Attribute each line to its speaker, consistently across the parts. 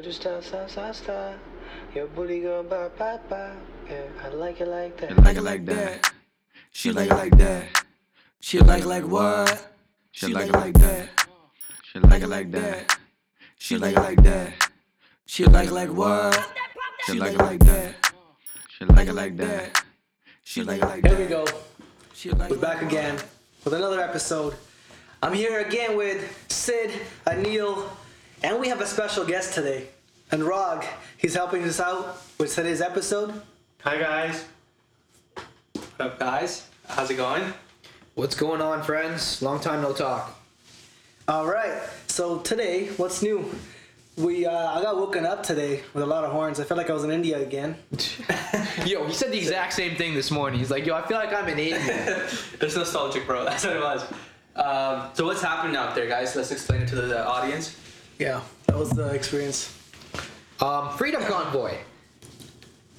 Speaker 1: Just sa sa sa, your booty go ba ba ba. Yeah, I like it like that.
Speaker 2: Like it like that. She like it like that. She like it like what? She like it like that. She like it like that. She like it like that. She like it like what? She like it like that. She like it like that. She like it like
Speaker 3: Here we
Speaker 2: that.
Speaker 3: go.
Speaker 2: She like
Speaker 3: We're back again with another episode. I'm here again with Sid, Anil, and we have a special guest today. And Rog, he's helping us out with today's episode.
Speaker 4: Hi guys.
Speaker 5: What up, guys? How's it going?
Speaker 6: What's going on, friends? Long time no talk.
Speaker 3: All right. So today, what's new? We uh, I got woken up today with a lot of horns. I felt like I was in India again.
Speaker 6: Yo, he said the exact same thing this morning. He's like, yo, I feel like I'm an Indian.
Speaker 5: It's nostalgic, bro. That's what it was. Um, so what's happening out there, guys? Let's explain it to the, the audience.
Speaker 3: Yeah, that was the experience.
Speaker 6: um, Freedom Convoy.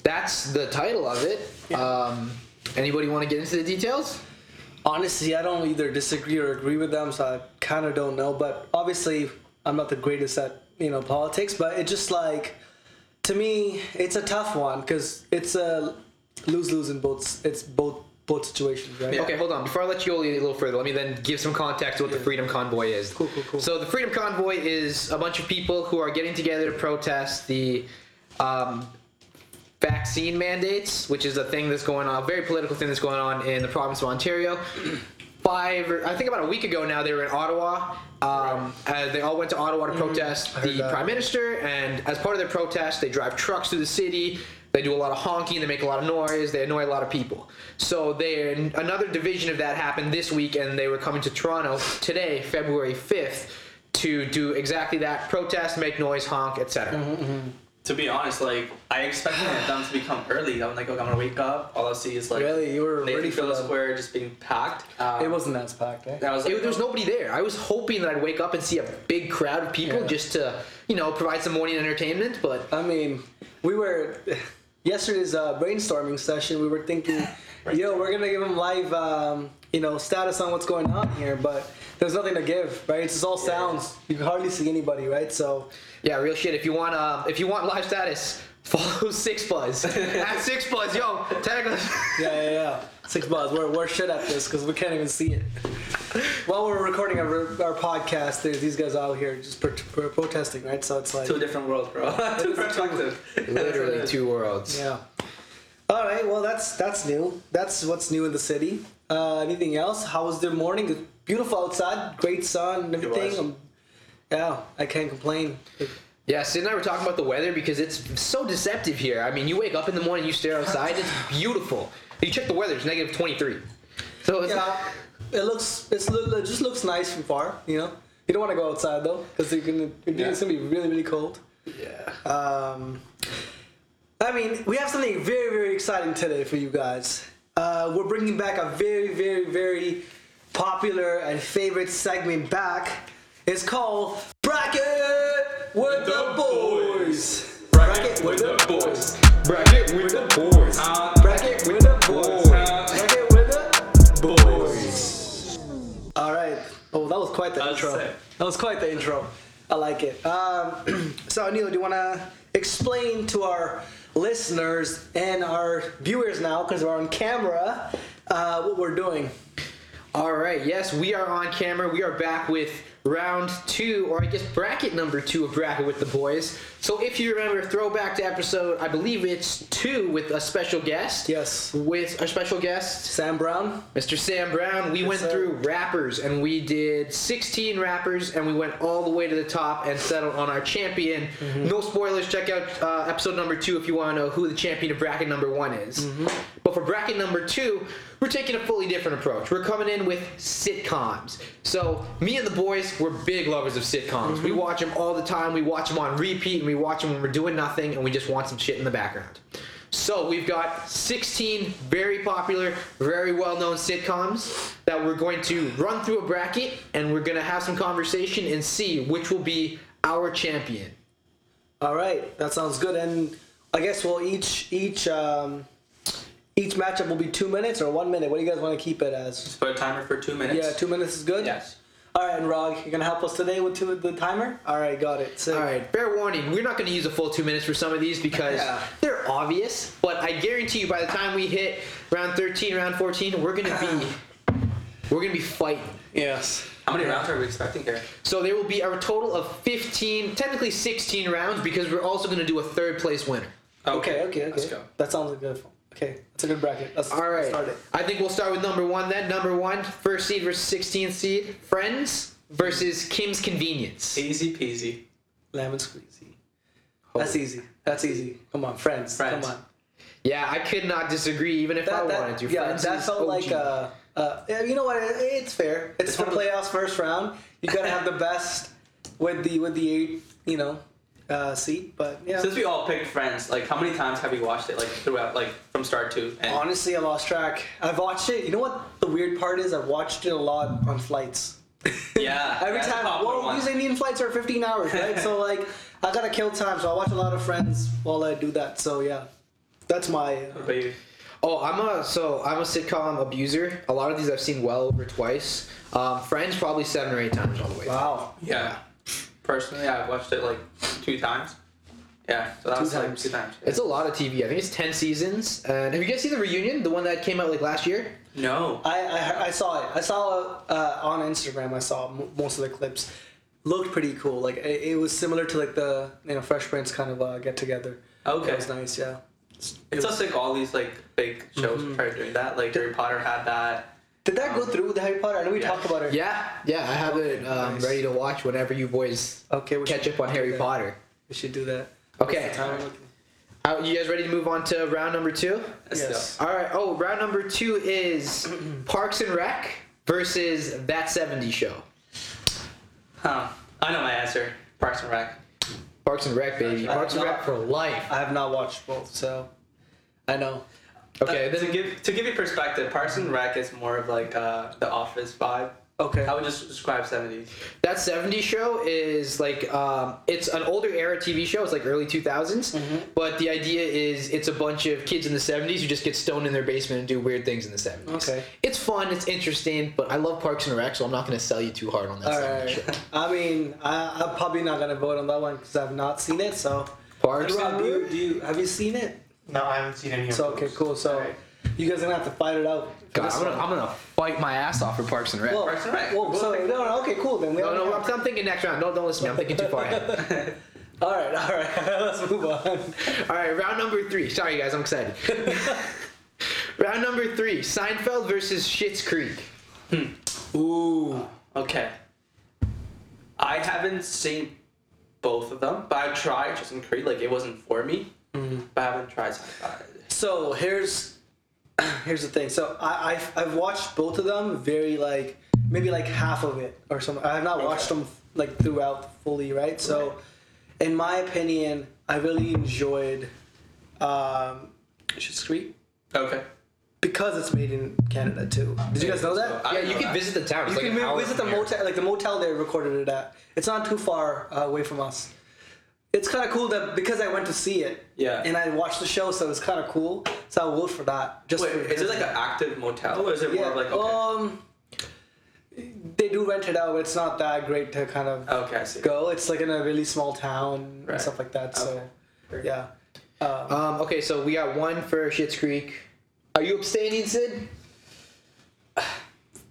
Speaker 6: That's the title of it. Um, anybody want to get into the details?
Speaker 3: Honestly, I don't either disagree or agree with them, so I kind of don't know. But obviously, I'm not the greatest at you know politics, but it just like to me, it's a tough one because it's a lose lose in both. It's both both situations, right?
Speaker 6: Okay, hold on. Before I let you go a little further, let me then give some context to what the Freedom Convoy is.
Speaker 3: Cool, cool, cool.
Speaker 6: So the Freedom Convoy is a bunch of people who are getting together to protest the um, vaccine mandates, which is a thing that's going on, a very political thing that's going on in the province of Ontario. Five, or, I think about a week ago now, they were in Ottawa. Um, uh, they all went to Ottawa to protest the prime minister, and as part of their protest, they drive trucks through the city. They do a lot of honking. They make a lot of noise. They annoy a lot of people. So they another division of that happened this week, and they were coming to Toronto today, February fifth, to do exactly that: protest, make noise, honk, etc.
Speaker 5: To be honest, like I expected them to become early. I'm like, okay, I'm gonna wake up. All I see is like
Speaker 3: Really? You were
Speaker 5: Nathan
Speaker 3: ready for
Speaker 5: Phillips
Speaker 3: them?
Speaker 5: Square just being packed. Um,
Speaker 3: It wasn't that packed, eh?
Speaker 5: and I was like,
Speaker 6: It, there was nobody there. I was hoping that I'd wake up and see a big crowd of people
Speaker 3: Yeah.
Speaker 6: just to, you know, provide some morning entertainment. But
Speaker 3: I mean, we were yesterday's uh, brainstorming session. We were thinking, yo, we're gonna give them live, um, you know, status on what's going on here, but there's nothing to give, right? It's just all sounds. You can hardly see anybody, right? So
Speaker 6: yeah, real shit. If you want, uh, if you want live status, follow Six Buzz at Six Buzz. Yo, tag us.
Speaker 3: yeah, yeah, yeah. Six buzz. We're we're shit at this because we can't even see it. While we're recording our, our podcast, there's these guys out here just pro- pro- protesting, right? So it's like,
Speaker 5: to a different world, bro. Two perspectives.
Speaker 6: Literally two worlds.
Speaker 3: yeah. All right. Well, that's that's new. That's what's new in the city. Uh, anything else? How was their morning? It's beautiful outside. Great sun and everything.
Speaker 5: was.
Speaker 3: Um, yeah, I can't complain.
Speaker 6: Yeah, Sid and I were talking about the weather because it's so deceptive here. I mean, you wake up in the morning, you stare outside, it's beautiful. You check the weather, it's negative 23. So it's not.
Speaker 3: Yeah, it looks it's look, it just looks nice from far. You know, you don't want to go outside though because you're gonna it's gonna be really really cold.
Speaker 5: Yeah.
Speaker 3: Um, I mean, we have something very, very exciting today for you guys. Uh, we're bringing back a very, very, very popular and favorite segment back. It's called Bracket with the, Boys. Bracket with the Boys.
Speaker 4: Bracket with the boys.
Speaker 3: Bracket with the Boys. Bracket with the Boys. All right. Oh, that was quite the
Speaker 5: That's
Speaker 3: intro.
Speaker 5: sick.
Speaker 3: That was quite the intro. I like it. Um, so, Neil, do you want to explain to our listeners and our viewers now, because we're on camera, uh, what we're doing?
Speaker 6: All right, yes, we are on camera. We are back with round two, or I guess bracket number two of Bracket with the Boys. So if you remember, throwback to episode, I believe it's two with a special guest.
Speaker 3: Yes.
Speaker 6: With our special guest,
Speaker 3: Sam Brown?
Speaker 6: Mr. Sam Brown, we went
Speaker 3: sir.
Speaker 6: through rappers and we did 16 rappers and we went all the way to the top and settled on our champion. No spoilers, check out uh, episode number two if you want to know who the champion of bracket number one is. But for bracket number two, we're taking a fully different approach. We're coming in with sitcoms. So, me and the boys, we're big lovers of sitcoms. We watch them all the time, we watch them on repeat, and we watch them when we're doing nothing and we just want some shit in the background. So we've got 16 very popular, very well-known sitcoms that we're going to run through a bracket, and we're gonna have some conversation and see which will be our champion.
Speaker 3: All right, that sounds good. And I guess we'll each each um, each matchup will be two minutes or one minute. What do you guys want to keep it as?
Speaker 5: Put a timer for two minutes.
Speaker 3: Yeah, two minutes is good.
Speaker 5: Yes.
Speaker 3: All right, and Rog, you're gonna help us today with two, the timer. All right, got it. So,
Speaker 6: All right, fair warning, we're not going to use a full two minutes for some of these because
Speaker 3: Yeah.
Speaker 6: they're obvious. But I guarantee you, by the time we hit round 13, round 14, we're going to be we're going to be fighting.
Speaker 3: Yes.
Speaker 5: How many rounds are we expecting here?
Speaker 6: So there will be a total of 15, technically 16 rounds because we're also going to do a third place winner.
Speaker 3: Okay. Okay. Okay.
Speaker 5: Let's go.
Speaker 3: That sounds like good. Okay, that's a good bracket. Let's
Speaker 6: All
Speaker 3: let's
Speaker 6: right.
Speaker 3: start it.
Speaker 6: I think we'll start with number one then. Number one, first seed versus 16th seed. Friends versus Kim's Convenience.
Speaker 5: Easy peasy.
Speaker 3: Lemon squeezy. That's easy. That's easy. Come on, friends.
Speaker 5: Friends.
Speaker 3: Come on.
Speaker 6: Yeah, I could not disagree even if I wanted to.
Speaker 3: yeah,
Speaker 6: Friends
Speaker 3: that
Speaker 6: is
Speaker 3: felt like
Speaker 6: OG.
Speaker 3: uh, uh, yeah, you know what? it- It's fair. It's, the
Speaker 5: one of the-
Speaker 3: playoffs first round. You gotta have the best with the with the eight, you know, uh, seat. But yeah,
Speaker 5: Since we all picked Friends, like how many times have you watched it, like throughout, like from start to end?
Speaker 3: honestly, I lost track. I've watched it. You know what? The weird part is I've watched it a lot on flights.
Speaker 5: Yeah,
Speaker 3: Every
Speaker 5: that's a
Speaker 3: time,
Speaker 5: popular
Speaker 3: well,
Speaker 5: one.
Speaker 3: these Indian flights are 15 hours, right? so like, I gotta kill time. So I watch a lot of Friends while I do that. So yeah, that's my. Uh,
Speaker 5: But you-
Speaker 6: Oh, I'm a so I'm a sitcom abuser. A lot of these I've seen well over twice. Um, Friends probably seven or eight times all the way.
Speaker 3: wow.
Speaker 5: yeah. Personally, I've watched it like two times. Yeah, so that was like
Speaker 3: times.
Speaker 5: two times.
Speaker 6: It's a lot of TV. I think it's ten seasons. And have you guys seen the reunion? The one that came out like last year.
Speaker 5: No.
Speaker 3: I, I, I saw it. I saw uh, on Instagram. I saw m- most of the clips. Looked pretty cool. Like it, it was similar to like the you know Fresh Prince kind of uh, get together.
Speaker 5: Okay.
Speaker 3: It was nice. Yeah.
Speaker 5: It's just like all these like big shows
Speaker 3: Mm-hmm.
Speaker 5: try to doing that. Like Harry Potter had that.
Speaker 3: Did that go through with Harry Potter? I know we
Speaker 5: Yeah.
Speaker 3: talked about it.
Speaker 6: Um, Yeah, yeah. I have it um,
Speaker 3: nice.
Speaker 6: ready to watch whenever you boys
Speaker 3: Okay. We
Speaker 6: catch
Speaker 3: should
Speaker 6: up on
Speaker 3: do
Speaker 6: Harry
Speaker 3: that.
Speaker 6: Potter.
Speaker 3: We should do that.
Speaker 6: Okay. Uh, you guys ready to move on to round number two?
Speaker 5: That's
Speaker 3: Yes.
Speaker 6: All right. Oh, round number two is Parks and Rec versus That 70 Show.
Speaker 5: dope. Huh. I know my answer. Parks and Rec.
Speaker 6: Parks and Rec, baby.
Speaker 3: I
Speaker 6: Parks and
Speaker 3: have
Speaker 6: Rec for life.
Speaker 3: I have not watched both, so I know.
Speaker 6: Okay.
Speaker 5: Uh, to
Speaker 6: Then
Speaker 5: give to give you perspective, Parks and Rec is more of like uh, the Office vibe.
Speaker 3: Okay.
Speaker 5: I would just describe 70s.
Speaker 6: That 70 show is like um, it's an older era TV show. It's like early 2000s.
Speaker 3: Mm-hmm.
Speaker 6: But the idea is it's a bunch of kids in the 70s who just get stoned in their basement and do weird things in the 70s.
Speaker 3: Okay.
Speaker 6: It's fun. It's interesting. But I love Parks and Rec, so I'm not going to sell you too hard on that
Speaker 3: All
Speaker 6: 70s show.
Speaker 3: right. I mean, I, I'm probably not gonna vote on that one because I've not seen it. So,
Speaker 6: Parks
Speaker 3: Rob,
Speaker 6: and
Speaker 3: do you,
Speaker 6: Rec.
Speaker 3: do you have you seen it?
Speaker 4: No, I haven't seen any of
Speaker 3: So okay,
Speaker 4: those.
Speaker 3: cool. So
Speaker 5: Alright.
Speaker 3: you guys are gonna have to fight it out. for
Speaker 6: God,
Speaker 3: this
Speaker 6: I'm gonna,
Speaker 3: one.
Speaker 6: I'm gonna fight my ass off for Parks and Rec.
Speaker 3: Well,
Speaker 5: Parks and Rec.
Speaker 3: well,
Speaker 5: We'll
Speaker 3: so,
Speaker 5: think-
Speaker 3: no, no, okay, cool. Then we
Speaker 6: no,
Speaker 3: all
Speaker 6: no, I'm, I'm thinking next round. No, don't listen to me. I'm thinking too far ahead.
Speaker 3: All right, all right. Let's move on.
Speaker 6: All right, round number three. Sorry, guys, I'm excited. round number three: Seinfeld versus Schitt's Creek.
Speaker 3: Ooh,
Speaker 5: Uh, Okay. I haven't seen both of them, but I tried Justin Creed. Like it wasn't for me,
Speaker 3: Mm-hmm.
Speaker 5: but I haven't tried Seinfeld.
Speaker 3: so here's here's the thing. So I I've, I've watched both of them. Very like maybe like half of it or something. I have not watched them like throughout fully, right? So, in my opinion, I really enjoyed um, Schitt's Creek
Speaker 5: Okay.
Speaker 3: because it's made in Canada too. Did you guys know that?
Speaker 5: I
Speaker 6: Yeah,
Speaker 5: don't
Speaker 6: you
Speaker 5: know
Speaker 6: can
Speaker 5: that.
Speaker 6: visit the town. It's
Speaker 3: You
Speaker 6: like
Speaker 3: can
Speaker 6: an hour
Speaker 3: visit the
Speaker 6: from here.
Speaker 3: motel, like the motel they recorded it at. It's not too far uh, away from us. It's kind of cool that because I went to see it,
Speaker 5: Yeah.
Speaker 3: and I watched the show, so it's kind of cool. So I'll vote for that. Just
Speaker 5: Wait,
Speaker 3: for
Speaker 5: is it like an active motel, or is it more
Speaker 3: yeah,
Speaker 5: of like okay?
Speaker 3: um, they do rent it out. but It's not that great to kind of
Speaker 5: Okay, I see.
Speaker 3: go. It's like in a really small town and
Speaker 5: Oh. Right.
Speaker 3: stuff like that. So
Speaker 5: Okay. Great.
Speaker 3: yeah,
Speaker 6: Um, okay, so we got one for Schitt's Creek. Are you abstaining, Sid?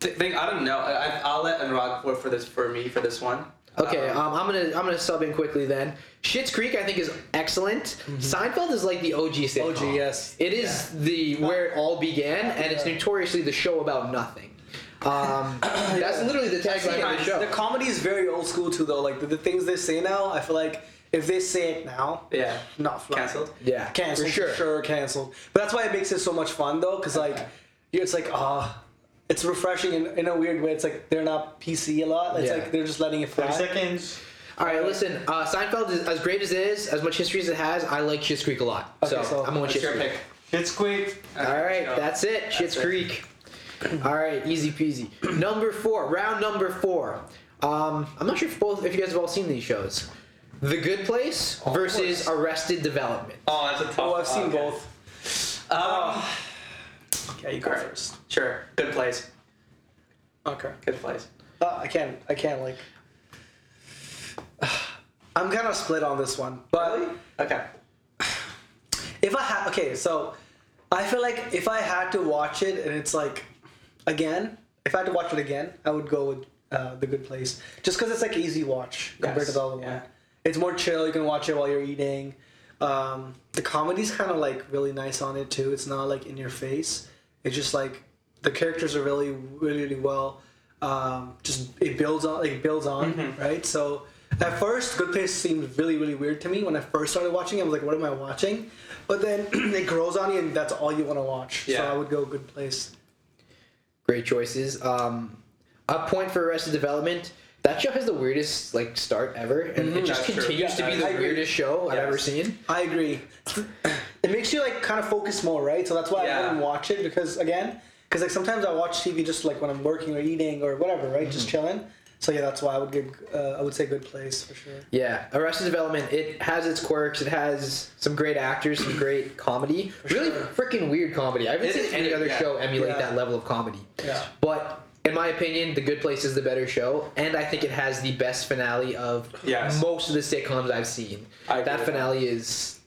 Speaker 5: Th- think I don't know. I, I- I'll let Anurag vote for this for me for this one.
Speaker 6: Okay, um, I'm gonna I'm gonna sub in quickly then. Schitt's Creek I think is excellent. Seinfeld is like the OG sitcom.
Speaker 3: OG, yes.
Speaker 6: It is the where it all began, and it's notoriously the show about nothing. Um, that's literally the tagline of the show.
Speaker 3: the comedy is very old school too, though. Like the, the things they say now, I feel like if they say it now,
Speaker 5: Yeah.
Speaker 3: not flying.
Speaker 5: Cancelled.
Speaker 6: Yeah,
Speaker 3: canceled
Speaker 6: for sure.
Speaker 3: canceled but that's why it makes it so much fun though because like you're it's like ah it's refreshing in, in a weird way it's like they're not pc a lot it's
Speaker 6: Yeah.
Speaker 3: like they're just letting it fly
Speaker 4: 30 seconds.
Speaker 6: All right, listen. Uh, Seinfeld is as great as it is, as much history as it has. I like Schitt's Creek a lot, so,
Speaker 3: so
Speaker 6: I'm going
Speaker 5: What's
Speaker 6: Schitt's
Speaker 5: your
Speaker 6: Creek.
Speaker 5: pick?
Speaker 4: It's quick.
Speaker 6: All right,
Speaker 5: so
Speaker 6: that's it. Schitt's
Speaker 5: it.
Speaker 6: Creek. All right, easy peasy. Number four, round number four. Um, I'm not sure if both if you guys have all seen these shows. The Good Place versus Arrested Development.
Speaker 5: Oh, that's a tough.
Speaker 3: oh i've seen
Speaker 5: okay.
Speaker 3: both
Speaker 5: Um,
Speaker 3: yeah you go
Speaker 5: Alright.
Speaker 3: first
Speaker 5: sure. Good place.
Speaker 3: okay
Speaker 5: Good place.
Speaker 3: Uh, I can't. I can't like. I'm kind of split on this one, but
Speaker 5: Okay.
Speaker 3: if I had okay, so I feel like if I had to watch it and it's like again, if I had to watch it again, I would go with uh, The Good Place just because it's like easy watch compared
Speaker 5: Yes,
Speaker 3: to the other
Speaker 5: yeah.
Speaker 3: one. It's more chill. You can watch it while you're eating. Um, the comedy's kind of like really nice on it too. It's not like in your face. It's just like the characters are really really, really well. Um, just it builds on like it builds on
Speaker 5: Mm-hmm.
Speaker 3: right. So at first, Good Place seemed really really weird to me when I first started watching. it. I was like, what am I watching? But then it grows on you, and that's all you want to watch. So
Speaker 5: Yeah.
Speaker 3: I would go Good Place.
Speaker 6: Great choices. Um, a point for Arrested Development. That show has the weirdest like start ever, and it just
Speaker 5: Mm-hmm. That's true.
Speaker 6: continues
Speaker 5: Yeah,
Speaker 6: to be
Speaker 5: I
Speaker 6: the
Speaker 5: agree.
Speaker 6: weirdest show I've ever
Speaker 5: Yes.
Speaker 6: seen.
Speaker 3: I agree. It makes you like kind of focus more, right? So that's why I
Speaker 5: Yeah.
Speaker 3: wouldn't watch it because again, because like sometimes I watch TV just like when I'm working or eating or whatever, right? Just
Speaker 5: Mm-hmm.
Speaker 3: chilling. So yeah, that's why I would give. Uh, I would say good place for sure.
Speaker 6: Yeah, Arrested Development. It has its quirks. It has some great actors, some great comedy. really freaking weird comedy. I haven't
Speaker 5: It
Speaker 6: seen
Speaker 5: is
Speaker 6: any
Speaker 5: weird,
Speaker 6: other
Speaker 5: yeah.
Speaker 6: show emulate
Speaker 3: Yeah.
Speaker 6: that level of comedy.
Speaker 3: Yeah.
Speaker 6: But in my opinion, The Good Place is the better show, and I think it has the best finale of
Speaker 5: Yes.
Speaker 6: most of the sitcoms I've seen.
Speaker 5: I agree
Speaker 6: that
Speaker 5: with that.
Speaker 6: finale is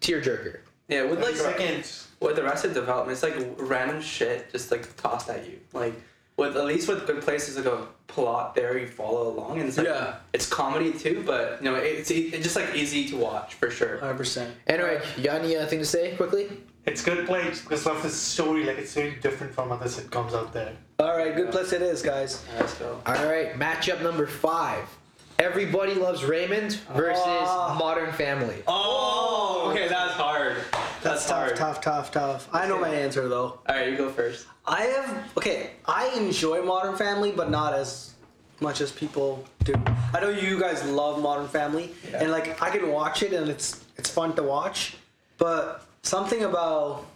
Speaker 6: tearjerker.
Speaker 5: Yeah, with like
Speaker 4: Second.
Speaker 5: with the rest of development, it's like random shit just like tossed at you. Like with at least with Good Place, there's like a plot there you follow along, and it's like
Speaker 3: Yeah.
Speaker 5: it's comedy too, but you know it's e- it's just like easy to watch for sure.
Speaker 3: Hundred percent.
Speaker 6: Anyway, you got any uh, thing to say quickly?
Speaker 4: It's good place because of the story. Like it's very different from other sitcoms out there.
Speaker 3: All right, good place it is, guys.
Speaker 5: Let's go.
Speaker 6: All right, matchup number five. Everybody loves Raymond versus
Speaker 3: Oh.
Speaker 6: Modern Family.
Speaker 5: Oh, okay, that's hard.
Speaker 3: That's, tough, tough, tough, tough. I know my answer though.
Speaker 5: All right, you go first.
Speaker 3: I have okay. I enjoy Modern Family, but not as much as people do. I know you guys love Modern Family,
Speaker 5: Yeah.
Speaker 3: and like I can watch it, and it's it's fun to watch. But something about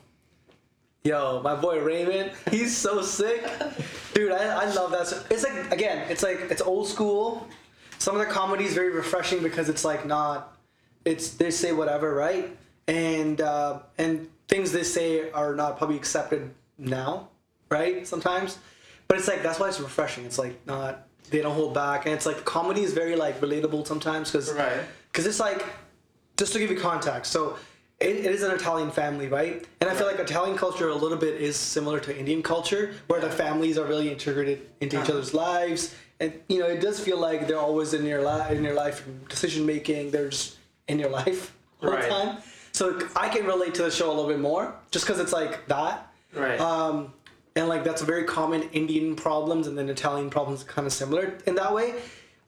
Speaker 3: yo, my boy Raymond, he's so sick, dude. I, I love that. so- It's like again, it's like it's old school. Some of the comedy is very refreshing because it's like not. It's they say whatever, right? And uh, and things they say are not probably accepted now, right? Sometimes, but it's like that's why it's refreshing. It's like not they don't hold back, and it's like comedy is very like relatable sometimes because
Speaker 5: Right.
Speaker 3: because it's like just to give you context so it, it is an italian family right and i feel like italian culture a little bit is similar to indian culture where the families are really integrated into
Speaker 5: Uh-huh.
Speaker 3: each other's lives and you know it does feel like they're always in your life in your life decision making they're just in your life all the
Speaker 5: Right.
Speaker 3: time so i can relate to the show a little bit more just because it's like that
Speaker 5: Right.
Speaker 3: um, and like that's a very common Indian problems, and then Italian problems kind of similar in that way.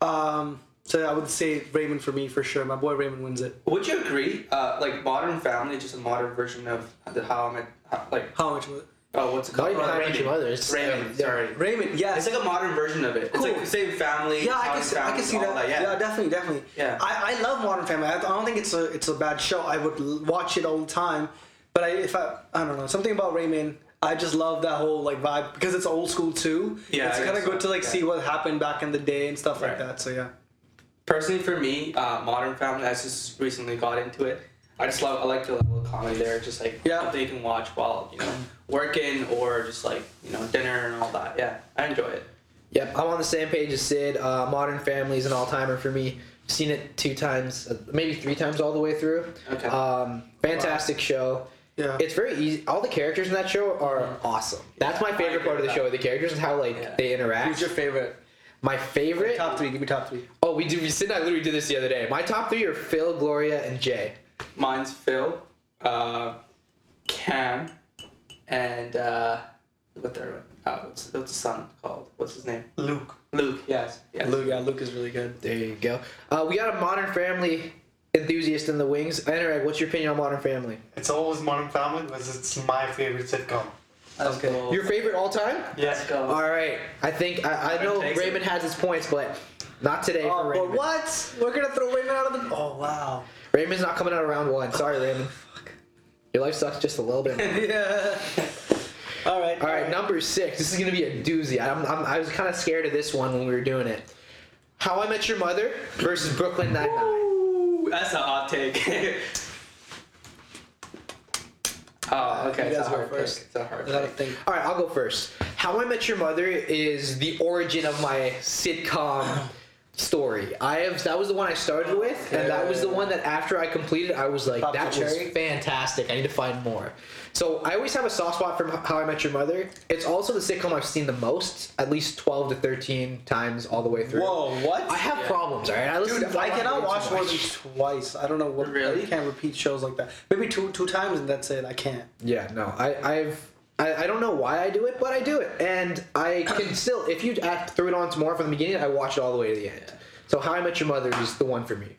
Speaker 3: Um, so I would say Raymond for me for sure. My boy Raymond wins it.
Speaker 5: Would you agree? Uh, like Modern Family, is just a modern version of the How I Met, how, like
Speaker 3: How much was it?
Speaker 5: oh, what's it
Speaker 6: Not
Speaker 5: called?
Speaker 6: even
Speaker 5: Oh,
Speaker 6: How I Met Your
Speaker 5: Raymond.
Speaker 6: Mother, it's-
Speaker 5: Raymond,
Speaker 6: yeah.
Speaker 5: sorry.
Speaker 3: Raymond? Yeah,
Speaker 5: It's like a modern version of it. It's like
Speaker 3: Cool.
Speaker 5: the same family.
Speaker 3: yeah, I can
Speaker 5: Italian
Speaker 3: see, I can
Speaker 5: family,
Speaker 3: see
Speaker 5: all
Speaker 3: that. Yeah.
Speaker 5: Yeah,
Speaker 3: definitely, definitely.
Speaker 5: Yeah.
Speaker 3: I, I love Modern Family. I, I don't think it's a it's a bad show. I would l- watch it all the time. But I if I I don't know something about Raymond. I just love that whole like vibe because it's old school too.
Speaker 5: Yeah,
Speaker 3: it's
Speaker 5: I
Speaker 3: kind of
Speaker 5: guess
Speaker 3: good
Speaker 5: so.
Speaker 3: to like
Speaker 5: Yeah.
Speaker 3: see what happened back in the day and stuff like
Speaker 5: Right.
Speaker 3: that. So yeah.
Speaker 5: personally for me uh, modern family i just recently got into it i just love i like the level of comedy there just like
Speaker 3: Yeah.
Speaker 5: something you can watch while you know working or just like you know dinner and all that yeah i enjoy it
Speaker 6: Yep, I'm on the same page as Sid. Uh, Modern Family is an all timer for me. Seen it two times, uh, maybe three times all the way through.
Speaker 5: Okay.
Speaker 6: Um, fantastic show.
Speaker 3: Yeah.
Speaker 6: It's very easy. All the characters in that show are awesome. That's my
Speaker 5: I
Speaker 6: favorite
Speaker 5: agree
Speaker 6: part of
Speaker 5: with
Speaker 6: the
Speaker 5: that.
Speaker 6: show. The characters and how like
Speaker 5: Yeah.
Speaker 6: they interact.
Speaker 3: Who's your favorite?
Speaker 6: my favorite.
Speaker 3: Top three. Give me top three.
Speaker 6: Oh, we do. Sid and I literally did this the other day. My top three are Phil, Gloria, and Jay.
Speaker 5: mine's phil uh, cam and uh, what their uh, what's, what's the son called what's his name
Speaker 4: Luke.
Speaker 5: luke yes, yes.
Speaker 3: Luke, yeah, Luke is really good.
Speaker 6: There you go. Uh, we got a Modern Family enthusiast in the wings. Anurag, what's your opinion on Modern Family?
Speaker 4: It's always Modern Family because it's my favorite sitcom.
Speaker 5: let's
Speaker 3: Okay.
Speaker 5: go
Speaker 6: Your favorite all time?
Speaker 5: let's go
Speaker 6: All right. I think I, I know
Speaker 5: takes it.
Speaker 6: Raymond has his points, but not today
Speaker 3: Oh,
Speaker 6: for
Speaker 3: but
Speaker 6: Raymond.
Speaker 3: what? We're gonna throw Raymond out of the. Oh wow.
Speaker 6: Raymond's not coming out of round one. Sorry, Raymond. Your life sucks just a little bit.
Speaker 3: Yeah. All right.
Speaker 6: All right, number six. This is gonna be a doozy. I'm, I'm, I was kind of scared of this one when we were doing it. How I Met Your Mother versus Brooklyn Nine Nine.
Speaker 5: Ooh, that's a hot take. oh,
Speaker 3: You
Speaker 5: okay. It's a
Speaker 3: guys go
Speaker 5: hard pick.
Speaker 3: first.
Speaker 5: Oh, It's a hard
Speaker 3: I gotta
Speaker 5: pick.
Speaker 3: think.
Speaker 6: All right, I'll go first. How I Met Your Mother is the origin of my sitcom story. I have that was the one I started with, and that was the one that after I completed, I was like,
Speaker 3: Pop the
Speaker 6: that was
Speaker 3: cherry?
Speaker 6: fantastic. I need to find more. So I always have a soft spot for How I Met Your Mother. It's also the sitcom I've seen the most, at least twelve to thirteen times all the way through.
Speaker 3: Whoa, what?
Speaker 6: I have problems, all right. I listen
Speaker 3: Dude,
Speaker 6: to
Speaker 3: I cannot
Speaker 6: way
Speaker 3: watch
Speaker 6: too
Speaker 3: more
Speaker 6: much.
Speaker 3: than twice. I don't know what. I
Speaker 5: Really?
Speaker 3: can't repeat shows like that. Maybe two two times and that's it. I can't.
Speaker 6: Yeah, no, I, I've I, I don't know why I do it, but I do it, and I can still. If you add, threw it on tomorrow from the beginning, I watch it all the way to the end. So How I Met Your Mother is the one for me.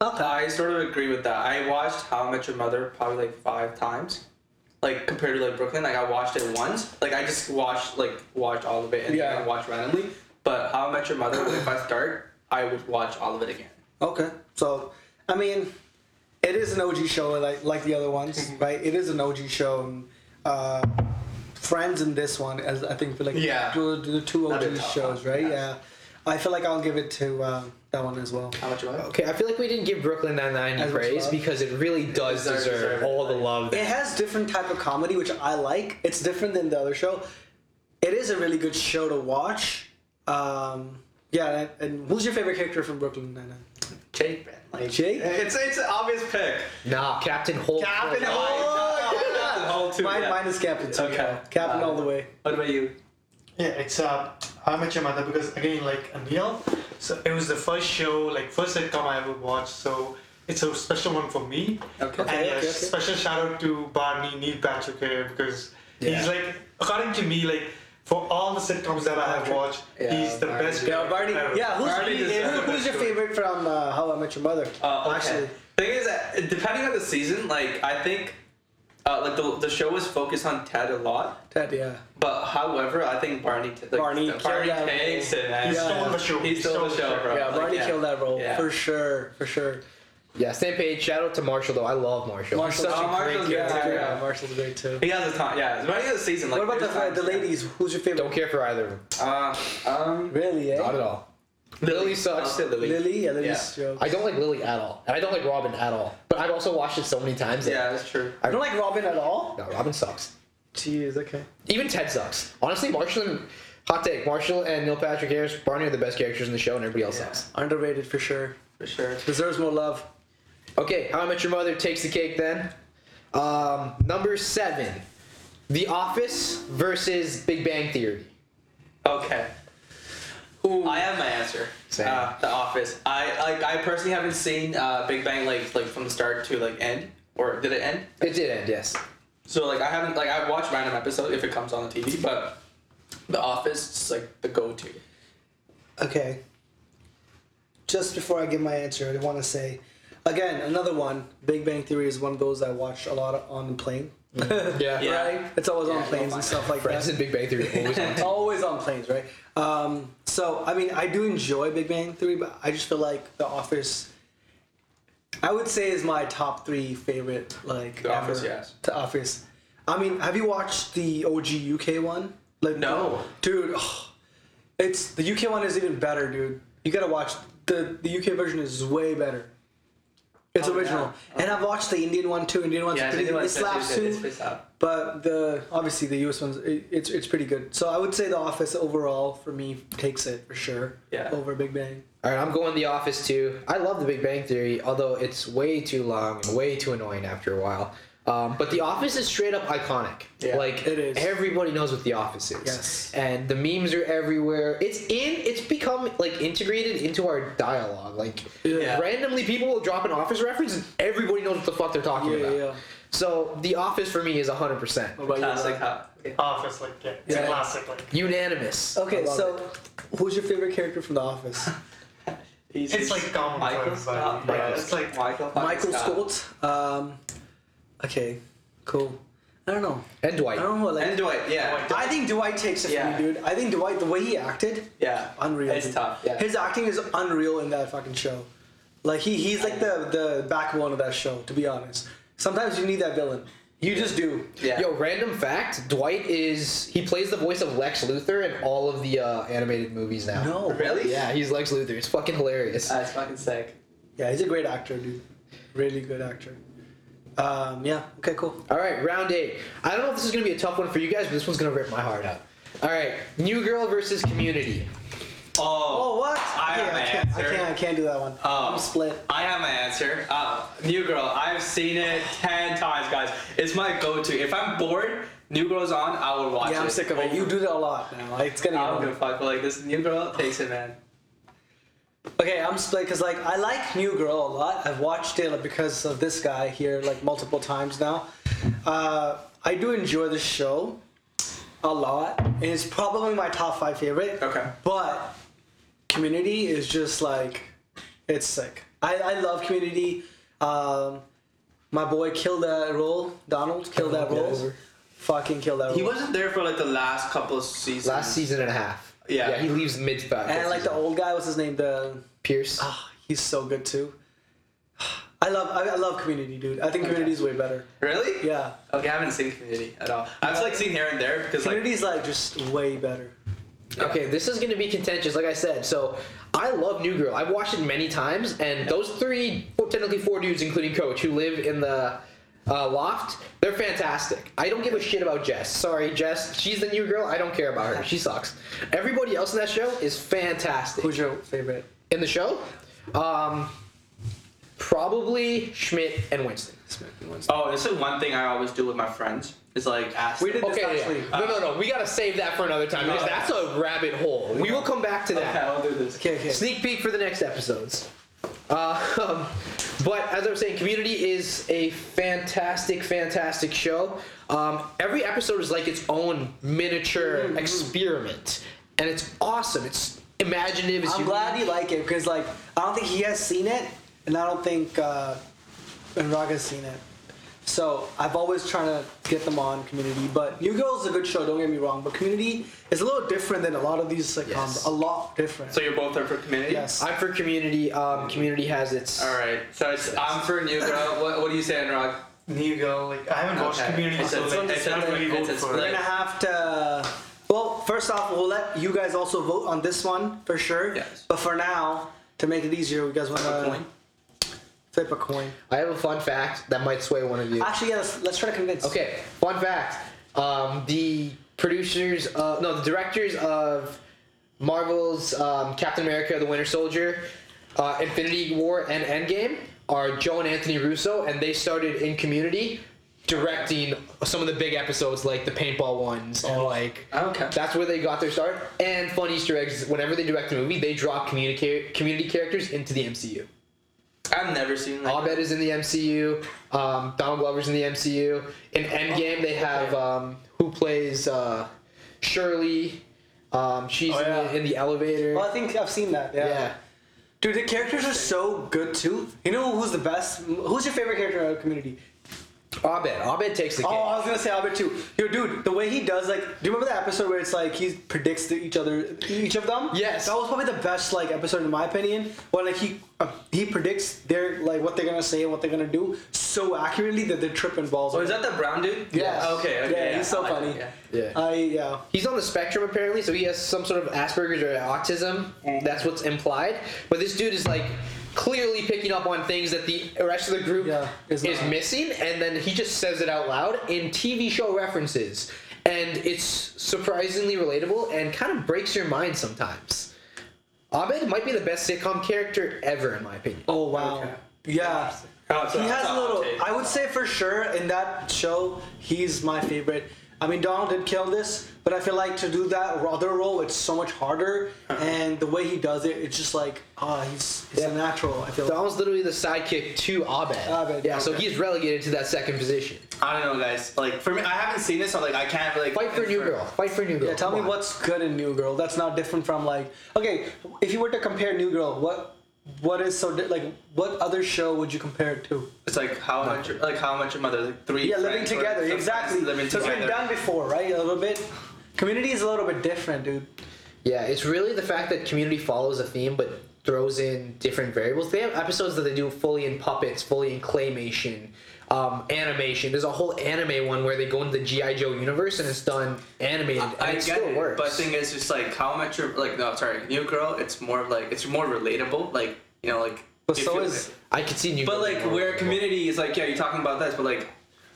Speaker 3: Okay.
Speaker 5: I sort of agree with that. I watched How I Met Your Mother probably like five times, like compared to like Brooklyn. Like I watched it once. Like I just watched like watched all of it and
Speaker 3: Yeah.
Speaker 5: then I watched randomly. But How I Met Your Mother, if I start, I would watch all of it again.
Speaker 3: Okay. So, I mean, it is an OG show like like the other ones, right? It is an OG show. And, uh, Friends in this one, as I think, for like
Speaker 5: Yeah.
Speaker 3: two- the two
Speaker 5: That'd
Speaker 3: OG
Speaker 5: be tough,
Speaker 3: shows, right? Yeah. I feel like I'll give it to uh, that one as well.
Speaker 5: How Met Your Mother?
Speaker 6: Okay, I feel like we didn't give Brooklyn Nine Nine
Speaker 3: As much
Speaker 6: praise
Speaker 3: love.
Speaker 6: because it really does
Speaker 5: deserves-
Speaker 6: deserve,
Speaker 5: deserves
Speaker 6: all the love.
Speaker 3: It has different type of comedy, which I like. It's different than the other show. It is a really good show to watch. Um, yeah, and- and who's your favorite character from Brooklyn Nine Nine?
Speaker 5: Jake, man. Like
Speaker 3: Jake?
Speaker 5: It's it's an obvious pick.
Speaker 6: nah, Captain Holt.
Speaker 3: Captain
Speaker 6: Holt.
Speaker 3: Holt.
Speaker 5: Captain Holt too,
Speaker 3: Mine,
Speaker 5: yeah.
Speaker 3: mine is Captain. too,
Speaker 5: Okay.
Speaker 3: yeah. Captain all the way.
Speaker 5: What about you?
Speaker 4: Yeah, it's uh, How I Met Your Mother because again, like Anil, so it was the first show, like first sitcom I ever watched, so it's a special one for me. and
Speaker 3: Okay,
Speaker 5: Okay.
Speaker 4: a
Speaker 3: okay, okay.
Speaker 4: special shout out to Barney Neil Patrick here because
Speaker 6: Yeah.
Speaker 4: he's like, according to me, like for all the sitcoms that I have watched,
Speaker 5: Yeah,
Speaker 4: he's the
Speaker 5: Barney.
Speaker 4: best.
Speaker 3: Yeah, Barney.
Speaker 4: character ever.
Speaker 3: Yeah, who's,
Speaker 5: Barney
Speaker 3: who-
Speaker 5: deserves
Speaker 3: who- who's
Speaker 5: it,
Speaker 3: your
Speaker 5: sure.
Speaker 3: favorite from uh, How I Met Your Mother?
Speaker 5: Uh,
Speaker 3: Actually.
Speaker 5: actually, thing is, that depending on the season, like I think, uh, like the, the show was focused on Ted a lot,
Speaker 3: Ted, yeah.
Speaker 5: but however, I think Barney, t- like,
Speaker 3: Barney
Speaker 5: the-
Speaker 3: killed
Speaker 5: Barney
Speaker 3: that
Speaker 5: takes it.
Speaker 4: He
Speaker 5: man.
Speaker 3: Yeah.
Speaker 4: stole the show.
Speaker 5: He stole the show, bro.
Speaker 3: Yeah,
Speaker 5: Like,
Speaker 3: Barney
Speaker 5: yeah.
Speaker 3: killed that role
Speaker 5: Yeah.
Speaker 3: for sure, for sure.
Speaker 6: Yeah, same page. Shout out to Marshall though. I love Marshall. He's
Speaker 3: Marshall's
Speaker 6: such
Speaker 5: Oh,
Speaker 6: a great kid.
Speaker 5: Marshall's good.
Speaker 3: Yeah,
Speaker 5: too,
Speaker 3: yeah,
Speaker 5: yeah.
Speaker 3: Marshall's great too.
Speaker 5: He has a ton. Yeah, it's running the season. Like,
Speaker 3: What about
Speaker 5: there's
Speaker 3: the, the
Speaker 5: times-
Speaker 3: ladies? Who's your favorite?
Speaker 6: Don't care for either of them.
Speaker 5: Uh, um,
Speaker 3: Really, eh?
Speaker 6: Not at all. Lily sucks.
Speaker 5: Uh, Lily.
Speaker 3: Lily? Yeah, Lily's
Speaker 5: Yeah.
Speaker 3: strokes.
Speaker 6: I don't like Lily at all, and I don't like Robin at all. But I've also watched it so many times. that-
Speaker 5: Yeah, that's true.
Speaker 3: I don't like Robin at all.
Speaker 6: No, Robin sucks.
Speaker 3: Jeez, okay.
Speaker 6: Even Ted sucks. Honestly, Marshall and hot take. Marshall and Neil Patrick Harris, Barney are the best characters in the show, and everybody else sucks.
Speaker 3: Underrated for sure.
Speaker 5: For sure.
Speaker 3: Deserves more love.
Speaker 6: Okay, How I Met Your Mother takes the cake then. Um, number seven, The Office versus Big Bang Theory.
Speaker 5: Okay. I have my answer.
Speaker 6: Same.
Speaker 5: Uh, the Office. I like. I personally haven't seen uh, Big Bang like like from the start to like end, or did it end?
Speaker 6: It did end, yes.
Speaker 5: So like I haven't like I watch random episode if it comes on the TV, but The Office is like the go-to.
Speaker 3: Okay. Just before I give my answer, I want to say, again, another one. Big Bang Theory is one of those I watched a lot on the plane.
Speaker 6: Yeah.
Speaker 5: Yeah.
Speaker 3: Right? It's always on
Speaker 5: Yeah,
Speaker 3: planes and stuff like
Speaker 6: Friends
Speaker 3: that.
Speaker 6: and Big Bang Theory are always on.
Speaker 3: It's always on planes, right? Um, so I mean, I do enjoy Big Bang Theory, but I just feel like The Office. I would say is my top three favorite like
Speaker 5: The Office,
Speaker 3: ever.
Speaker 5: yes.
Speaker 3: The Office. I mean, have you watched the OG UK one? Like
Speaker 5: No.
Speaker 3: dude. oh, it's the UK one is even better, dude. You gotta watch the the UK version is way better. It's
Speaker 5: Oh, yeah.
Speaker 3: original, and I've watched the Indian one too. Indian one's
Speaker 5: Yeah, I
Speaker 3: pretty
Speaker 5: think
Speaker 3: good. It
Speaker 5: it's
Speaker 3: slaps too.
Speaker 5: it's it's up.
Speaker 3: But the obviously the US ones, it, it's it's pretty good. So I would say The Office overall for me takes it for sure.
Speaker 5: Yeah.
Speaker 3: Over Big Bang.
Speaker 6: All right, I'm going The Office too. I love The Big Bang Theory, although it's way too long and way too annoying after a while. Um, but The Office is straight up iconic.
Speaker 5: Yeah,
Speaker 6: like
Speaker 3: it is.
Speaker 6: Everybody knows what The Office is.
Speaker 3: Yes.
Speaker 6: And the memes are everywhere. It's in. It's become like integrated into our dialogue. Like
Speaker 5: Yeah.
Speaker 6: randomly, people will drop an Office reference, and everybody knows what the fuck they're talking
Speaker 3: Yeah,
Speaker 6: about.
Speaker 3: yeah.
Speaker 6: So The Office for me is 100 percent
Speaker 3: What about you, Ryan?
Speaker 5: Classic hot.
Speaker 4: Office, like yeah, it's
Speaker 3: Yeah.
Speaker 4: a classic, like.
Speaker 6: unanimous. I
Speaker 3: Okay,
Speaker 6: love
Speaker 3: so
Speaker 6: it.
Speaker 3: who's your favorite character from The Office?
Speaker 5: He's-
Speaker 4: It's like common
Speaker 5: Michael
Speaker 4: friends, buddy.
Speaker 5: Scott.
Speaker 4: Yeah,
Speaker 5: bro.
Speaker 4: it's like-
Speaker 5: Michael. fucking
Speaker 3: Michael
Speaker 5: Scott.
Speaker 3: Scott. Um, okay, cool. I don't know.
Speaker 6: and
Speaker 3: I
Speaker 6: Dwight.
Speaker 3: don't know. Like,
Speaker 5: And Dwight. Yeah.
Speaker 3: I think Dwight takes it
Speaker 5: Yeah.
Speaker 3: for me, dude. I think Dwight, the way he acted,
Speaker 5: Yeah.
Speaker 3: unreal.
Speaker 5: It's
Speaker 3: dude.
Speaker 5: tough. Yeah.
Speaker 3: His acting is unreal in that fucking show. Like he, he's like the the backbone of that show. To be honest, sometimes you need that villain. You just do.
Speaker 5: Yeah.
Speaker 6: Yo, random fact: Dwight is he plays the voice of Lex Luthor in all of the uh, animated movies now.
Speaker 3: No. Uh,
Speaker 5: Really?
Speaker 6: Yeah, he's Lex Luthor. It's fucking hilarious.
Speaker 5: That's fucking sick.
Speaker 3: Yeah, he's a great actor, dude. Really good actor. Um, yeah. Okay. Cool.
Speaker 6: all right, round eight. I don't know if this is gonna be a tough one for you guys, but this one's gonna rip my heart out. All right, New Girl versus Community.
Speaker 5: Oh,
Speaker 3: Oh, what?
Speaker 5: I have my
Speaker 3: I can't, I
Speaker 5: answer.
Speaker 3: can't. I can't do that one.
Speaker 5: Oh.
Speaker 3: I'm split.
Speaker 5: I have my answer. Uh, New Girl. I've seen it ten times, guys. It's my go-to. If I'm bored, New Girl's on. I will watch it.
Speaker 3: Yeah, I'm sick of it. You do that a lot now. Like, It's gonna.
Speaker 5: I don't
Speaker 3: get
Speaker 5: give a
Speaker 3: old.
Speaker 5: fuck. But like this New Girl takes it, man.
Speaker 3: Okay, I'm split because like I like New Girl a lot. I've watched it because of this guy here like multiple times now. Uh, I do enjoy the show a lot, and it's probably my top five favorite.
Speaker 5: Okay.
Speaker 3: But Community is just like it's sick. I, I love Community. Um, my boy killed that role. Donald killed that
Speaker 6: Yeah,
Speaker 3: role.
Speaker 6: over.
Speaker 3: Fucking killed that role.
Speaker 5: He wasn't there for like the last couple of seasons.
Speaker 6: Last season and a half.
Speaker 5: Yeah.
Speaker 6: he leaves mid back.
Speaker 3: and like the old guy, what's his name? The
Speaker 6: Pierce.
Speaker 3: Ah, he's so good too. I love I, I love Community, dude. I think Community is way better.
Speaker 5: Really?
Speaker 3: Yeah,
Speaker 5: Okay, I haven't seen Community at all. I've like seen here and there because like
Speaker 3: Community's like just way better.
Speaker 6: Okay, this is going to be contentious, like I said. So, I love New Girl. I've watched it many times, and those three, well, technically four dudes, including Coach, who live in the uh, loft, they're fantastic. I don't give a shit about Jess. Sorry, Jess. She's the new girl. I don't care about her. She sucks. Everybody else in that show is fantastic.
Speaker 3: Who's your favorite?
Speaker 6: in the show? Um, probably Schmidt and Winston.
Speaker 5: oh, this is one thing I always do with my friends. Is like ask.
Speaker 3: We did this
Speaker 6: Okay, yeah,
Speaker 3: actually.
Speaker 6: yeah. no, no, no. We gotta save that for another time because that's a rabbit hole. We will come back to that.
Speaker 5: Okay, I'll do this.
Speaker 3: Okay, okay.
Speaker 6: Sneak peek for the next episodes. Uh, but as I was saying, Community is a fantastic, fantastic show. Um, every episode is like its own miniature experiment, and it's awesome. It's imaginative. It's
Speaker 3: I'm
Speaker 6: unique.
Speaker 3: glad you like it because like I don't think he has seen it, and I don't think uh, Anurag has seen it. So I've always trying to get them on Community, but New Girl is a good show. Don't get me wrong, but Community is a little different than a lot of these sitcoms.
Speaker 6: Yes.
Speaker 3: A lot different.
Speaker 5: So you're both there for Community.
Speaker 3: yes.
Speaker 6: I'm for Community. Um, community has its.
Speaker 5: All right. So it's I'm for New Girl. What, what do you say, Anurag?
Speaker 4: New Girl, like I haven't watched
Speaker 5: Okay.
Speaker 4: Community,
Speaker 5: It's
Speaker 4: so
Speaker 5: a-
Speaker 4: like,
Speaker 5: it's
Speaker 4: I
Speaker 5: a-
Speaker 4: can't really
Speaker 5: it's
Speaker 4: vote
Speaker 5: a
Speaker 4: for
Speaker 5: split.
Speaker 4: it.
Speaker 3: We're gonna have to. Well, first off, we'll let you guys also vote on this one for sure.
Speaker 5: Yes.
Speaker 3: But for now, to make it easier, we guys want
Speaker 5: A
Speaker 3: to
Speaker 5: coin?
Speaker 3: flip a coin.
Speaker 6: I have a fun fact that might sway one of you.
Speaker 3: Actually, yeah, let's, let's try to convince.
Speaker 6: Okay, fun fact. Um, the producers, uh, no, the directors of Marvel's um, Captain America: The Winter Soldier, uh, Infinity War, and Endgame are Joe and Anthony Russo, and they started in Community, directing some of the big episodes like the paintball ones and like.
Speaker 5: Okay.
Speaker 6: That's where they got their start. And fun Easter eggs: whenever they direct a movie, they drop communica- community characters into the MCU.
Speaker 5: I've never seen like.
Speaker 6: Abed is in the MCU. Um, Donald Glover's in the MCU. In Endgame, they have um, who plays uh, Shirley. Um, she's
Speaker 4: Oh,
Speaker 6: in,
Speaker 4: yeah.
Speaker 6: the, in the elevator.
Speaker 3: Well, I think I've seen that. Yeah.
Speaker 6: Yeah.
Speaker 3: Dude, the characters are so good too. You know who's the best? Who's your favorite character out of Community?
Speaker 6: Abed. Abed takes the cake.
Speaker 3: Oh, I was gonna say Albert too. Yo, dude, the way he does like, do you remember that episode where it's like he predicts the, each other, each of them?
Speaker 6: Yes.
Speaker 3: That was probably the best like episode in my opinion. When like he uh, he predicts their like what they're gonna say and what they're gonna do so accurately that they're tripping balls.
Speaker 5: Oh, is that the brown dude?
Speaker 3: Yes.
Speaker 5: Okay. Okay.
Speaker 3: Yeah, he's so
Speaker 5: I like
Speaker 3: funny.
Speaker 5: that, yeah.
Speaker 6: Yeah.
Speaker 3: I yeah.
Speaker 6: He's on the spectrum apparently, so he has some sort of Asperger's or autism. That's what's implied. But this dude is like clearly picking up on things that the rest of the group
Speaker 3: Yeah,
Speaker 6: is,
Speaker 3: is not.
Speaker 6: missing, and then he just says it out loud in TV show references. And it's surprisingly relatable and kind of breaks your mind sometimes. Abed might be the best sitcom character ever, in my opinion.
Speaker 3: Oh wow.
Speaker 5: Okay.
Speaker 3: Yeah.
Speaker 5: Oh, it's
Speaker 3: He
Speaker 5: a-
Speaker 3: has
Speaker 5: it's
Speaker 3: a
Speaker 5: a hot
Speaker 3: little.
Speaker 5: take.
Speaker 3: I would say for sure in that show, he's my favorite. I mean, Donald did kill this, but I feel like to do that other role, it's so much harder. And the way he does it, it's just like ah, he's he's a natural. I feel. like.
Speaker 6: Donald's literally the sidekick to Abed.
Speaker 3: Abed,
Speaker 6: yeah, so
Speaker 3: okay.
Speaker 6: he's relegated to that second position.
Speaker 5: I don't know, guys. Like for me, I haven't seen this, so like I can't like.
Speaker 6: Fight for New
Speaker 5: infer-
Speaker 6: Girl. Fight for New Girl.
Speaker 3: Yeah, tell
Speaker 6: Come
Speaker 3: me
Speaker 6: on.
Speaker 3: what's good in New Girl. That's not different from like okay, if you were to compare New Girl, what what is so di- like what other show would you compare it to?
Speaker 5: It's like how much, like how much a mother, like three.
Speaker 3: Yeah, living
Speaker 5: friends or
Speaker 3: together,
Speaker 5: some
Speaker 3: exactly.
Speaker 5: friends Living
Speaker 3: so it's
Speaker 5: together.
Speaker 3: been done before, right? A little bit. Community is a little bit different, dude.
Speaker 6: Yeah, it's really the fact that community follows a theme but throws in different variables. They have episodes that they do fully in puppets, fully in claymation, um, animation. There's a whole anime one where they go into the GI Joe universe and it's done animated. And
Speaker 5: I
Speaker 6: it
Speaker 5: get
Speaker 6: still
Speaker 5: it,
Speaker 6: works.
Speaker 5: but the thing is, just like how much you're like, no, sorry, New Girl. It's more of like it's more relatable, like you know, like.
Speaker 3: But
Speaker 5: if
Speaker 3: so
Speaker 5: you-
Speaker 3: is
Speaker 6: I could see new.
Speaker 5: But
Speaker 6: Girl
Speaker 5: like
Speaker 6: being more
Speaker 5: where
Speaker 6: relatable.
Speaker 5: community is like, yeah, you're talking about this, but like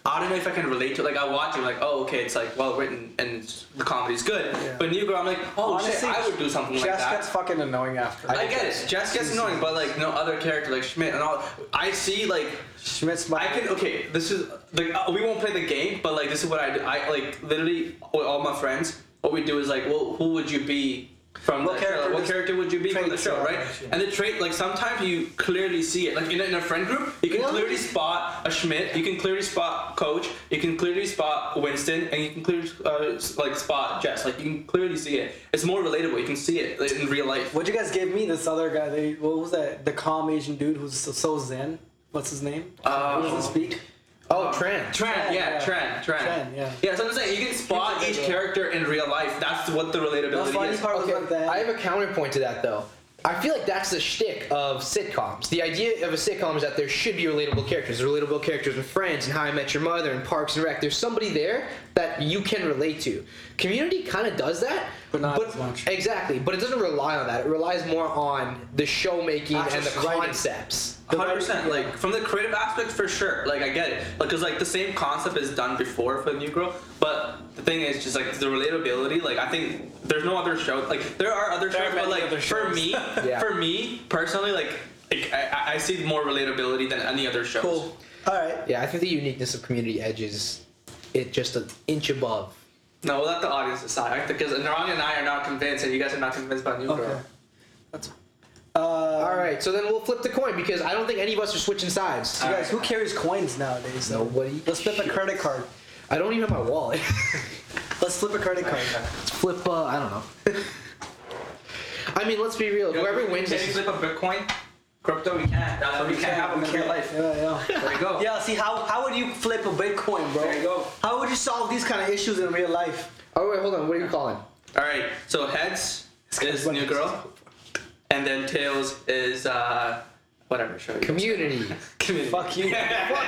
Speaker 5: I don't know if I can relate to it. Like I watch it, like oh okay, it's like well written and it's- the comedy's good.
Speaker 3: Yeah.
Speaker 5: But New Girl, I'm like oh shit, I would do something like
Speaker 3: Jess
Speaker 5: that.
Speaker 3: gets fucking annoying after.
Speaker 5: I get it. Jess gets annoying, but like no other character like Schmidt and all. I see like
Speaker 3: Schmidt's my.
Speaker 5: I can okay. This is like uh, we won't play the game, but like this is what I do. I like literally with all my friends. What we do is like, well, who would you be from
Speaker 3: What
Speaker 5: the
Speaker 3: character
Speaker 5: show? What
Speaker 3: does-
Speaker 5: character would you be from the
Speaker 3: traits,
Speaker 5: show,
Speaker 3: yeah,
Speaker 5: right?
Speaker 3: yeah.
Speaker 5: And the trait, like sometimes you clearly see it. Like in a, in a friend group, you can
Speaker 3: Really?
Speaker 5: clearly spot a Schmidt. You can clearly spot Coach. You can clearly spot Winston, and you can clearly uh, s- like spot Jess. Like you can clearly see it. It's more relatable. You can see it like, in real life.
Speaker 3: What'd you guys give me? This other guy. They, what was that? The calm Asian dude who's so, so zen. What's his name? Who
Speaker 5: Uh,
Speaker 3: doesn't speak.
Speaker 6: Oh, Tran.
Speaker 5: Trend, yeah, trend, trend.
Speaker 3: Trend, yeah.
Speaker 5: Yeah, so I'm saying you can spot each character in real life. That's what the
Speaker 3: The
Speaker 5: relatability
Speaker 3: funny
Speaker 5: is.
Speaker 3: part was like
Speaker 6: Okay,
Speaker 3: that.
Speaker 6: I have a counterpoint to that though. I feel like that's the shtick of sitcoms. The idea of a sitcom is that there should be relatable characters. Relatable characters in Friends and How I Met Your Mother and Parks and Rec. There's somebody there that you can relate to. Community kind of does that,
Speaker 3: But not as much.
Speaker 6: Exactly, but it doesn't rely on that. It relies more on the show making
Speaker 3: Not
Speaker 6: and the
Speaker 3: just writing.
Speaker 6: concepts.
Speaker 5: Hundred percent, like from the creative aspect for sure. Like I get it, like because like the same concept is done before for New Girl, but the thing is just like the relatability. Like I think there's no other show. Like there are other
Speaker 3: There are
Speaker 5: shows, but
Speaker 3: many
Speaker 5: like
Speaker 3: other
Speaker 5: for
Speaker 3: shows.
Speaker 5: me,
Speaker 6: Yeah.
Speaker 5: for me personally, like, like I, I- I see more relatability than any other shows.
Speaker 3: Cool. All right.
Speaker 6: Yeah, I think the uniqueness of Community Edge is it just an inch above.
Speaker 5: No, we'll let the audience decide because Narang and I are not convinced, and you guys are not convinced by New Girl.
Speaker 3: Okay. That's. Uh, All
Speaker 6: All
Speaker 3: right.
Speaker 6: right, so then we'll flip the coin because I don't think any of us are switching sides.
Speaker 3: You guys, who carries coins nowadays? though?
Speaker 6: Nobody
Speaker 3: Let's flip a
Speaker 6: should.
Speaker 3: credit card.
Speaker 6: I don't even have my wallet.
Speaker 3: Let's flip a credit card.
Speaker 6: flip. Uh, I don't know. I mean, let's be real. Whoever wins
Speaker 5: can you
Speaker 6: this,
Speaker 5: flip a Bitcoin? Crypto, we can't. That's what we can't have in real life.
Speaker 3: Yeah, yeah.
Speaker 5: There you go.
Speaker 3: Yeah, see how how would you flip a Bitcoin, bro?
Speaker 5: There you go.
Speaker 3: How would you solve these kind of issues in real life?
Speaker 6: oh wait, hold on. What are you calling?
Speaker 5: All right. So heads is
Speaker 3: funny.
Speaker 5: New Girl, and then tails is uh whatever show. you-
Speaker 6: Community.
Speaker 5: Community.
Speaker 3: Fuck you.
Speaker 5: and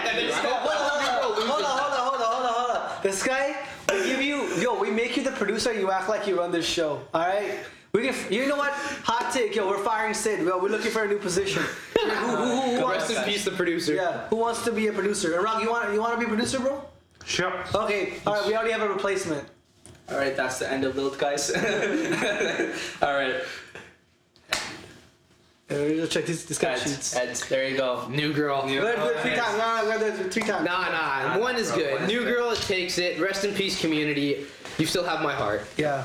Speaker 5: then you
Speaker 3: Hold on,
Speaker 5: go,
Speaker 3: hold on, hold on, hold on, hold on, hold on. This guy, we give you, yo, we make you the producer. You act like you run this show. All right. We can, you know what? Hot take, yo. We're firing Sid. Yo, we're looking for a new position. who, who, who, who wants
Speaker 6: Rest in
Speaker 3: to?
Speaker 6: peace, the producer.
Speaker 3: Yeah. Who wants to be a producer? And Rock, you want you want to be a producer, bro?
Speaker 4: Sure.
Speaker 3: Okay. All right. We already have a replacement.
Speaker 5: All right. That's the end of Lilt, guys. All right,
Speaker 3: Hey, check this this guy
Speaker 5: heads.
Speaker 3: cheats.
Speaker 5: Heads. There you go.
Speaker 6: New girl.
Speaker 5: New-
Speaker 3: We're gonna do it three times. No, no, we're gonna do it three times.
Speaker 6: Nah, nah. One is
Speaker 5: One
Speaker 6: good.
Speaker 5: is
Speaker 6: New
Speaker 5: good.
Speaker 6: girl. It takes it. Rest in peace, community. You still have my heart.
Speaker 3: Yeah.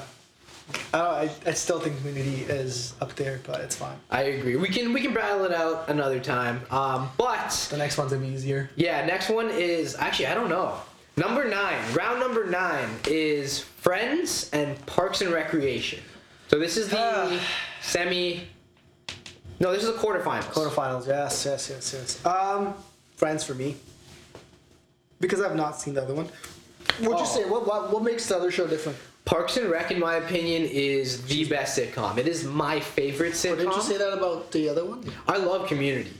Speaker 3: I, don't, I, I still think Community is up there, but it's fine.
Speaker 6: I agree. We can we can battle it out another time. Um, but
Speaker 3: The next one's gonna be easier.
Speaker 6: yeah, next one is actually I don't know. Number nine. Round number nine is Friends and Parks and Recreation. So this is the
Speaker 3: Ah.
Speaker 6: semi. No, this is the quarterfinals.
Speaker 3: Quarterfinals, yes, yes, yes, yes. Um, Friends for me. Because I've not seen the other one. What'd
Speaker 6: Oh.
Speaker 3: you say? What, what what makes the other show different?
Speaker 6: Parks and Rec, in my opinion, is the best sitcom. It is my favorite sitcom.
Speaker 3: Didn't you say that about the other one?
Speaker 6: I love Community,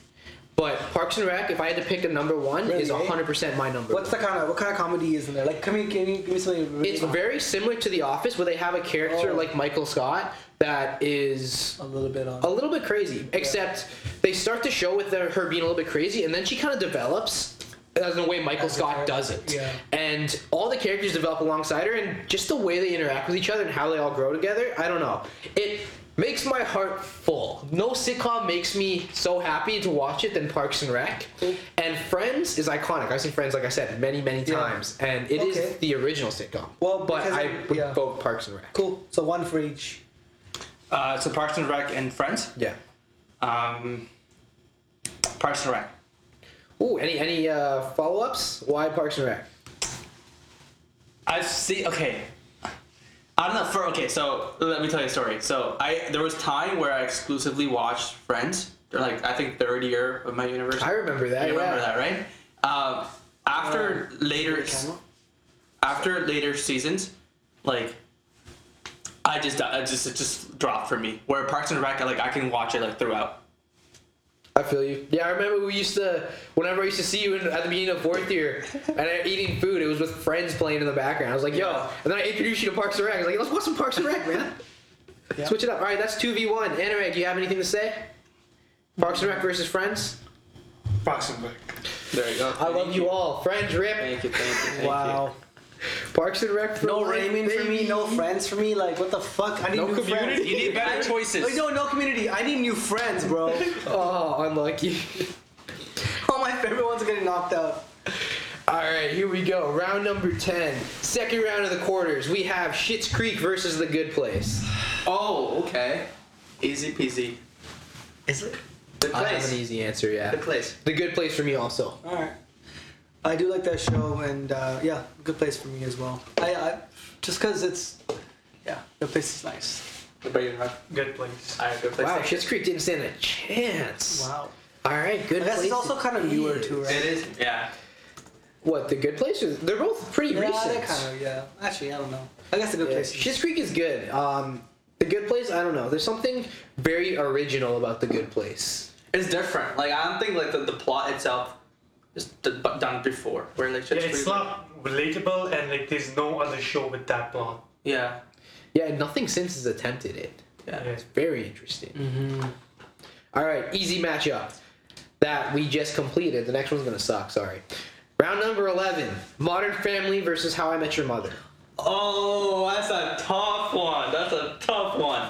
Speaker 6: but Parks and Rec, if I had to pick a number one,
Speaker 3: Really,
Speaker 6: is
Speaker 3: eh?
Speaker 6: 100% my number.
Speaker 3: What's the
Speaker 6: one.
Speaker 3: kind of what kind of comedy is in there? Like, can you can you give me something?
Speaker 6: It's very similar to The Office, where they have a character
Speaker 3: Oh.
Speaker 6: like Michael Scott that is
Speaker 3: a little bit on.
Speaker 6: a little bit crazy. Except they start the show with her being a little bit crazy, and then she kind of develops as the way Michael
Speaker 3: As a
Speaker 6: Scott
Speaker 3: character,
Speaker 6: does it.
Speaker 3: yeah.
Speaker 6: And all the characters develop alongside her, and just the way they interact with each other and how they all grow together. I don't know. It makes my heart full. No sitcom makes me so happy to watch it than Parks and Rec. And Friends is iconic. I've seen Friends, like I said, many many
Speaker 3: Mm. Yeah.
Speaker 6: times, and it is
Speaker 3: Okay.
Speaker 6: the original sitcom.
Speaker 3: Well,
Speaker 6: but
Speaker 3: because
Speaker 6: I
Speaker 3: it-
Speaker 6: would
Speaker 3: yeah.
Speaker 6: vote Parks and Rec.
Speaker 3: cool. So one for each.
Speaker 5: Uh, so Parks and Rec and Friends.
Speaker 6: Yeah.
Speaker 5: Um, Parks and Rec.
Speaker 6: Ooh, any any uh, follow ups? Why Parks and Rec?
Speaker 5: I've seen. Okay. I don't know. For okay, so let me tell you a story. So I there was time where I exclusively watched Friends. They're like I think third year of my university.
Speaker 6: I remember that.
Speaker 5: You remember
Speaker 6: yeah.
Speaker 5: that, right? Um, after later, after later seasons, like I just, I just, it just dropped for me. Where Parks and Rec, I, like I can watch it like throughout.
Speaker 6: I feel you. Yeah, I remember we used to, whenever I used to see you in, at the beginning of fourth year and I, eating food, it was with friends playing in the background. I was like, yo. And then I introduced you to Parks and Rec. I was like, let's watch some Parks and Rec, man.
Speaker 3: Yeah.
Speaker 6: Switch it up. All right, that's 2v1. Anurag, do you have anything to say? Parks and Rec versus Friends?
Speaker 4: Parks and Rec.
Speaker 5: There you go.
Speaker 6: I love you all. Friends, rip.
Speaker 5: Thank you, thank you, thank you.
Speaker 3: Wow.
Speaker 6: Parks and Rec for
Speaker 3: No
Speaker 6: life,
Speaker 3: Raymond for me,
Speaker 6: baby.
Speaker 3: no friends for me. Like, what the fuck? I need
Speaker 6: No
Speaker 3: new
Speaker 6: community.
Speaker 3: friends.
Speaker 5: You need better
Speaker 3: Like,
Speaker 5: choices.
Speaker 3: no, no community. I need new friends, bro.
Speaker 6: Oh, unlucky.
Speaker 3: All my favorite ones are getting knocked out.
Speaker 6: All right, here we go. Round number 10. Second round of the quarters. We have Shits Creek versus The Good Place.
Speaker 5: Oh, okay. Easy peasy.
Speaker 3: Is it?
Speaker 5: The
Speaker 6: I have
Speaker 5: place.
Speaker 6: an easy answer, yeah.
Speaker 5: The place.
Speaker 6: The Good Place for me also.
Speaker 3: All right. I do like that show, and uh, yeah, good place for me as well. I, I just cause it's, yeah, the place is nice.
Speaker 5: But you have
Speaker 4: Good place.
Speaker 5: I have good place.
Speaker 6: Wow, Shits Creek didn't stand a chance.
Speaker 3: Wow.
Speaker 6: All right, Good
Speaker 3: I guess
Speaker 6: Place.
Speaker 3: it's also kind of
Speaker 6: is.
Speaker 3: newer too, right?
Speaker 5: It is. Yeah.
Speaker 6: What, The Good Place? Or- They're both pretty
Speaker 3: Yeah,
Speaker 6: recent.
Speaker 3: that kind of yeah. Actually, I don't know. I guess a good
Speaker 6: Yeah,
Speaker 3: place. is-
Speaker 6: Schitt's Creek is good. Um, the Good Place, I don't know. There's something very original about The Good Place.
Speaker 5: It's different. Like I don't think like the, the plot itself is d- b- done before. Where like
Speaker 4: Yeah,
Speaker 5: Shit's
Speaker 4: it's
Speaker 5: Creek-
Speaker 4: not relatable, and like there's no other show with that plot.
Speaker 5: Yeah.
Speaker 6: Yeah, and nothing since has attempted it.
Speaker 5: Yeah.
Speaker 4: Yeah.
Speaker 6: Very interesting. All right, easy matchup that we just completed. The next one's gonna suck. Sorry. Round number eleven: Modern Family versus How I Met Your Mother.
Speaker 5: Oh, that's a tough one. That's a tough one.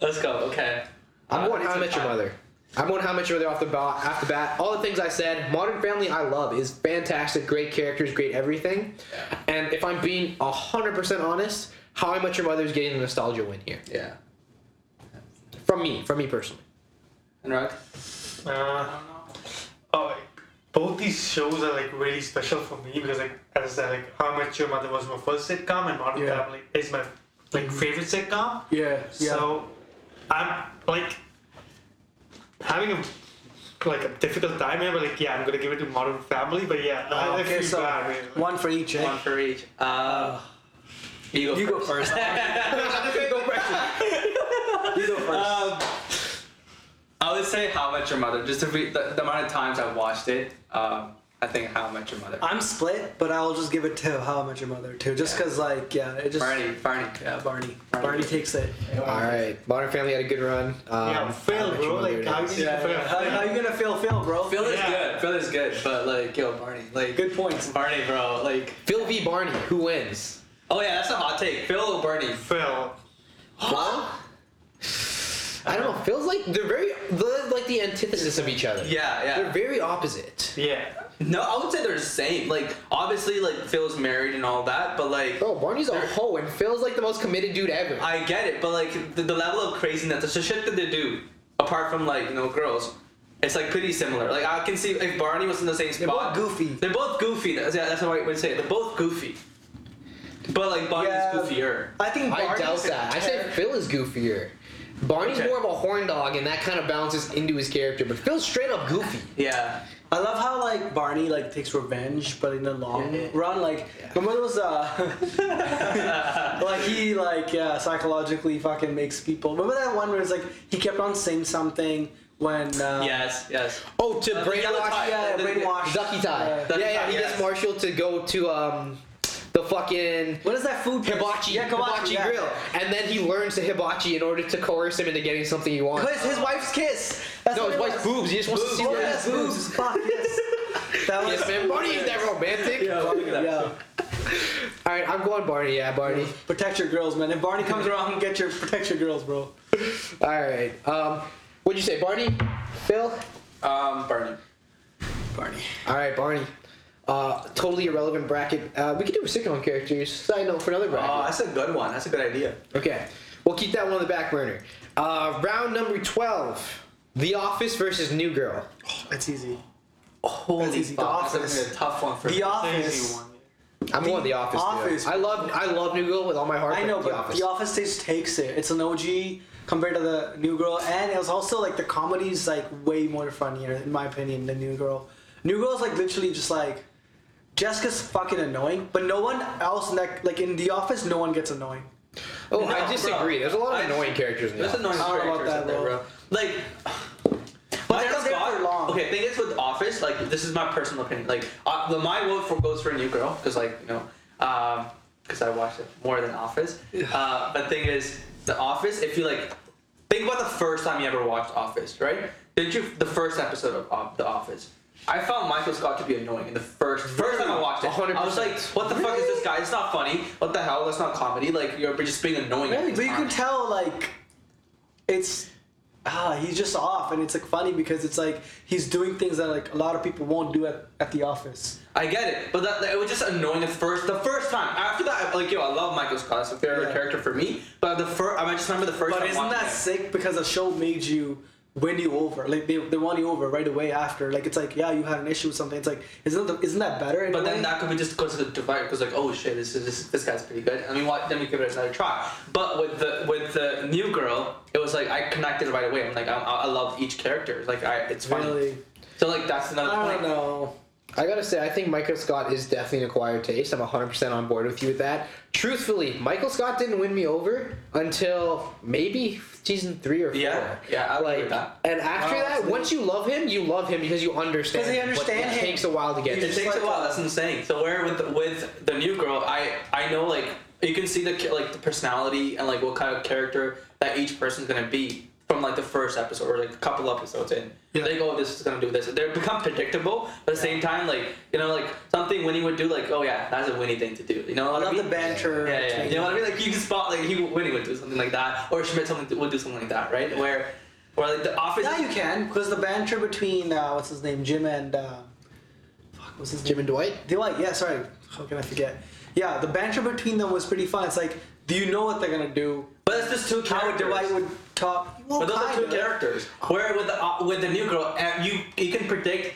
Speaker 5: Let's go. Okay.
Speaker 6: I'm
Speaker 5: Uh,
Speaker 6: going How I Met Your Mother. I'm going How I Met Your Mother off the bat. Off the bat, all the things I said. Modern Family, I love is fantastic. Great characters, great everything. And if I'm being hundred percent honest, How I Met Your Mother is getting the nostalgia win here
Speaker 5: Yeah.
Speaker 6: from me, from me personally.
Speaker 5: And Rug?
Speaker 4: Uh, oh, like, both these shows are like really special for me because like as I said, like How I Met Your Mother was my first sitcom, and Modern
Speaker 3: Yeah.
Speaker 4: Family is my like favorite sitcom.
Speaker 3: yeah, yeah.
Speaker 4: So I'm like having a like a difficult time here, but like yeah, I'm gonna give it to Modern Family, but yeah, I, I
Speaker 3: okay,
Speaker 4: feel
Speaker 3: so
Speaker 4: bad. really.
Speaker 3: one for each. Eh?
Speaker 5: One for each. Uh, you go
Speaker 3: You go
Speaker 5: first.
Speaker 3: first. you go first.
Speaker 5: Um, I would say How I Met Your Mother. Just to be, the, the amount of times I watched it, um, I think How I Met Your Mother.
Speaker 3: I'm split, but I'll just give it to How I Met Your Mother too, just
Speaker 5: Yeah.
Speaker 3: cause like yeah, it just
Speaker 5: Barney, Barney.
Speaker 3: yeah Barney.
Speaker 5: Barney.
Speaker 3: Barney, takes it.
Speaker 6: All right, Modern Family had a good run. Um,
Speaker 4: yeah,
Speaker 6: How I
Speaker 4: Phil,
Speaker 6: Met Your
Speaker 4: bro,
Speaker 6: Mother
Speaker 4: like how
Speaker 6: is-
Speaker 4: you gonna fail?
Speaker 3: How, how you gonna feel, Phil, bro?
Speaker 5: Phil is
Speaker 4: Yeah.
Speaker 5: good. Phil is good, but like, yo, Barney, like,
Speaker 3: Good points.
Speaker 5: Barney, bro, like,
Speaker 6: Phil v Barney, who wins?
Speaker 5: oh yeah, that's a hot take. Phil or Barney?
Speaker 4: Phil.
Speaker 5: Huh?
Speaker 6: I don't know. Phil's like they're very they're like the antithesis of each other.
Speaker 5: Yeah, yeah.
Speaker 6: They're very opposite.
Speaker 4: Yeah.
Speaker 5: No, I would say they're the same. Like, obviously, like Phil's married and all that, but like,
Speaker 6: Bro, Barney's a hoe, and Phil's like the most committed dude ever.
Speaker 5: I get it. But like, the, the level of craziness, the shit that they do, apart from like you know girls, it's like pretty similar. Like, I can see if Barney was in the same
Speaker 3: They're both
Speaker 5: spot.
Speaker 3: goofy.
Speaker 5: They're both goofy. That's, yeah, that's how I would say it. They're both goofy. But like Barney's
Speaker 3: Yeah.
Speaker 5: goofier.
Speaker 3: I think
Speaker 6: I
Speaker 3: Barney's
Speaker 6: doubt
Speaker 3: a
Speaker 6: that. I said
Speaker 3: character-
Speaker 6: Phil is goofier. Barney's
Speaker 5: Okay.
Speaker 6: more of a horn dog, and that kind of balances into his character. But Phil's straight up goofy.
Speaker 5: Yeah.
Speaker 3: I love how like Barney like takes revenge, but in the long
Speaker 5: Yeah.
Speaker 3: run, like remember those uh, like he like yeah, psychologically fucking makes people. Remember that one where it's like he kept on saying something when uh,
Speaker 5: Yes. Yes.
Speaker 6: Oh, to
Speaker 5: Uh, the yellow
Speaker 6: brainwash
Speaker 5: tie.
Speaker 3: yeah,
Speaker 5: The- the-
Speaker 3: brainwash
Speaker 6: Ducky Tie.
Speaker 3: Yeah.
Speaker 5: Ducky
Speaker 6: yeah, yeah.
Speaker 5: Tie,
Speaker 6: He
Speaker 5: yes.
Speaker 6: gets Marshall to go to um the fucking
Speaker 3: What is that food? place?
Speaker 6: hibachi,
Speaker 3: Yeah,
Speaker 6: hibachi,
Speaker 3: hibachi, yeah.
Speaker 6: grill, and then he learns the hibachi in order to coerce him into getting something he wants.
Speaker 3: His, his wife's kiss. That's
Speaker 6: No,
Speaker 3: what it
Speaker 6: his wife's
Speaker 3: was.
Speaker 6: boobs. He just wants to see
Speaker 3: Oh,
Speaker 6: the
Speaker 3: yes, boobs. Fuck yes. That was.
Speaker 6: Yes, man. Barney is that romantic.
Speaker 5: Oh,
Speaker 3: Yeah.
Speaker 6: All right, I'm going Barney. Yeah, Barney.
Speaker 3: Protect your girls, man. If Barney comes around, get your protect your girls, bro.
Speaker 6: All right. Um, what'd you say, Barney? Phil?
Speaker 5: Um, Barney.
Speaker 3: Barney.
Speaker 6: All right, Barney. Uh, totally irrelevant bracket. Uh, we could do a sitcom characters. Side note for another
Speaker 3: Uh,
Speaker 5: Oh,
Speaker 6: bracket.
Speaker 5: that's a good one. That's a good idea.
Speaker 6: okay, we'll keep that one on the back burner. Uh, round number twelve: The Office versus New Girl.
Speaker 3: That's easy.
Speaker 5: Holy
Speaker 3: easy. The
Speaker 5: fuck, that's
Speaker 3: Office.
Speaker 5: gonna be a tough one for
Speaker 3: The
Speaker 5: me.
Speaker 3: Office.
Speaker 4: Easy one.
Speaker 6: I'm going The Office. dude.
Speaker 3: Office.
Speaker 6: I love I love New Girl with all my heart.
Speaker 3: I know,
Speaker 6: The
Speaker 3: but
Speaker 6: Office.
Speaker 3: The Office just takes it. It's an OG compared to the New Girl, and it was also like the comedy's like way more funnier in my opinion than New Girl. New Girl's like literally just like Jessica's fucking annoying, but no one else in that like in The Office, no one gets annoying.
Speaker 6: oh,
Speaker 5: No,
Speaker 6: I
Speaker 5: bro.
Speaker 6: disagree. There's a lot of
Speaker 5: I-
Speaker 6: annoying characters in The
Speaker 5: There's
Speaker 6: Office.
Speaker 5: annoying
Speaker 3: I don't know about
Speaker 5: characters
Speaker 3: that,
Speaker 5: in there, bro.
Speaker 3: bro.
Speaker 5: Like,
Speaker 3: But they're not there for long.
Speaker 5: Okay, thing is with Office, like this is my personal opinion. Like, uh, the, my vote for goes for New Girl because, like, you know, because I watched it more than Office. Uh, but thing is, the Office. If you like, think about the first time you ever watched Office, right? Did you the first episode of uh, the Office? I found Michael Scott to be annoying in the first first time I watched it.
Speaker 6: 100%.
Speaker 5: I was like, "What the fuck is this guy? It's not funny. What the hell? That's not comedy. Like you're just being annoying." every
Speaker 3: But you
Speaker 5: time."
Speaker 3: can tell like it's ah he's just off, and it's like funny because it's like he's doing things that like a lot of people won't do at, at the office.
Speaker 5: I get it, but that, that- it was just annoying the first the first time. After that, I- like yo, I love Michael Scott. It's a favorite
Speaker 3: Yeah.
Speaker 5: character for me. But the first, I just remember the first.
Speaker 3: But
Speaker 5: time
Speaker 3: isn't
Speaker 5: watching
Speaker 3: that
Speaker 5: it.
Speaker 3: sick? Because the show made you win you over. Like they, they won you over right away after. Like it's like yeah you had an issue with something. It's like isn't the, isn't that better? in a
Speaker 5: But then
Speaker 3: way?
Speaker 5: that could be just because of the divider, because like, oh shit, this is this, this guy's pretty good. I mean, what? Let me give it another try. But with the with the new girl, it was like I connected right away. I'm like, I, I love each character. Like, I it's funny.
Speaker 3: really
Speaker 5: So like that's another
Speaker 3: I don't
Speaker 5: point.
Speaker 3: know.
Speaker 6: I gotta say, I think Michael Scott is definitely an acquired taste. I'm 100% on board with you with that. Truthfully, Michael Scott didn't win me over until maybe season three or four.
Speaker 5: Yeah, yeah, I agree
Speaker 6: like
Speaker 5: with that.
Speaker 6: And after
Speaker 3: Well,
Speaker 6: that,
Speaker 3: it's-
Speaker 6: once you love him, you love him because you understand.
Speaker 3: 'Cause you
Speaker 6: but
Speaker 3: understand
Speaker 6: it
Speaker 3: him.
Speaker 6: takes a while to
Speaker 3: You
Speaker 6: get
Speaker 5: It
Speaker 6: there.
Speaker 3: just-
Speaker 5: takes a
Speaker 3: like
Speaker 5: while.
Speaker 3: that.
Speaker 5: That's what I'm saying. So where with the, with the new girl, I I know like you can see the ca- like the personality and like what kind of character that each person's gonna be from like the first episode or like a couple episodes in.
Speaker 3: Yeah.
Speaker 5: They go, this is gonna do this. They become predictable, but at the same time, like you know, like something Winnie would do, like oh yeah, that's a Winnie thing to do. You know
Speaker 3: I
Speaker 5: what I
Speaker 3: love
Speaker 5: mean?
Speaker 3: the banter.
Speaker 5: Yeah, yeah, yeah.
Speaker 3: between-
Speaker 5: You know what I mean? Like you can spot like he Winnie would do something like that, or Schmidt something would do something like that, right? Where, where like the office.
Speaker 3: Yeah, you can because the banter between uh, what's his name, Jim and uh, fuck, what's his
Speaker 6: Jim and Dwight?
Speaker 3: name? Dwight. Yeah, sorry, how can I forget? Yeah, the banter between them was pretty fun. It's like, do you know what they're gonna do?
Speaker 5: But it's just two
Speaker 3: How
Speaker 5: characters.
Speaker 3: Dwight would talk. Well,
Speaker 5: But those are two
Speaker 3: kinda.
Speaker 5: characters. Where with the uh, with the new girl, uh, you you can predict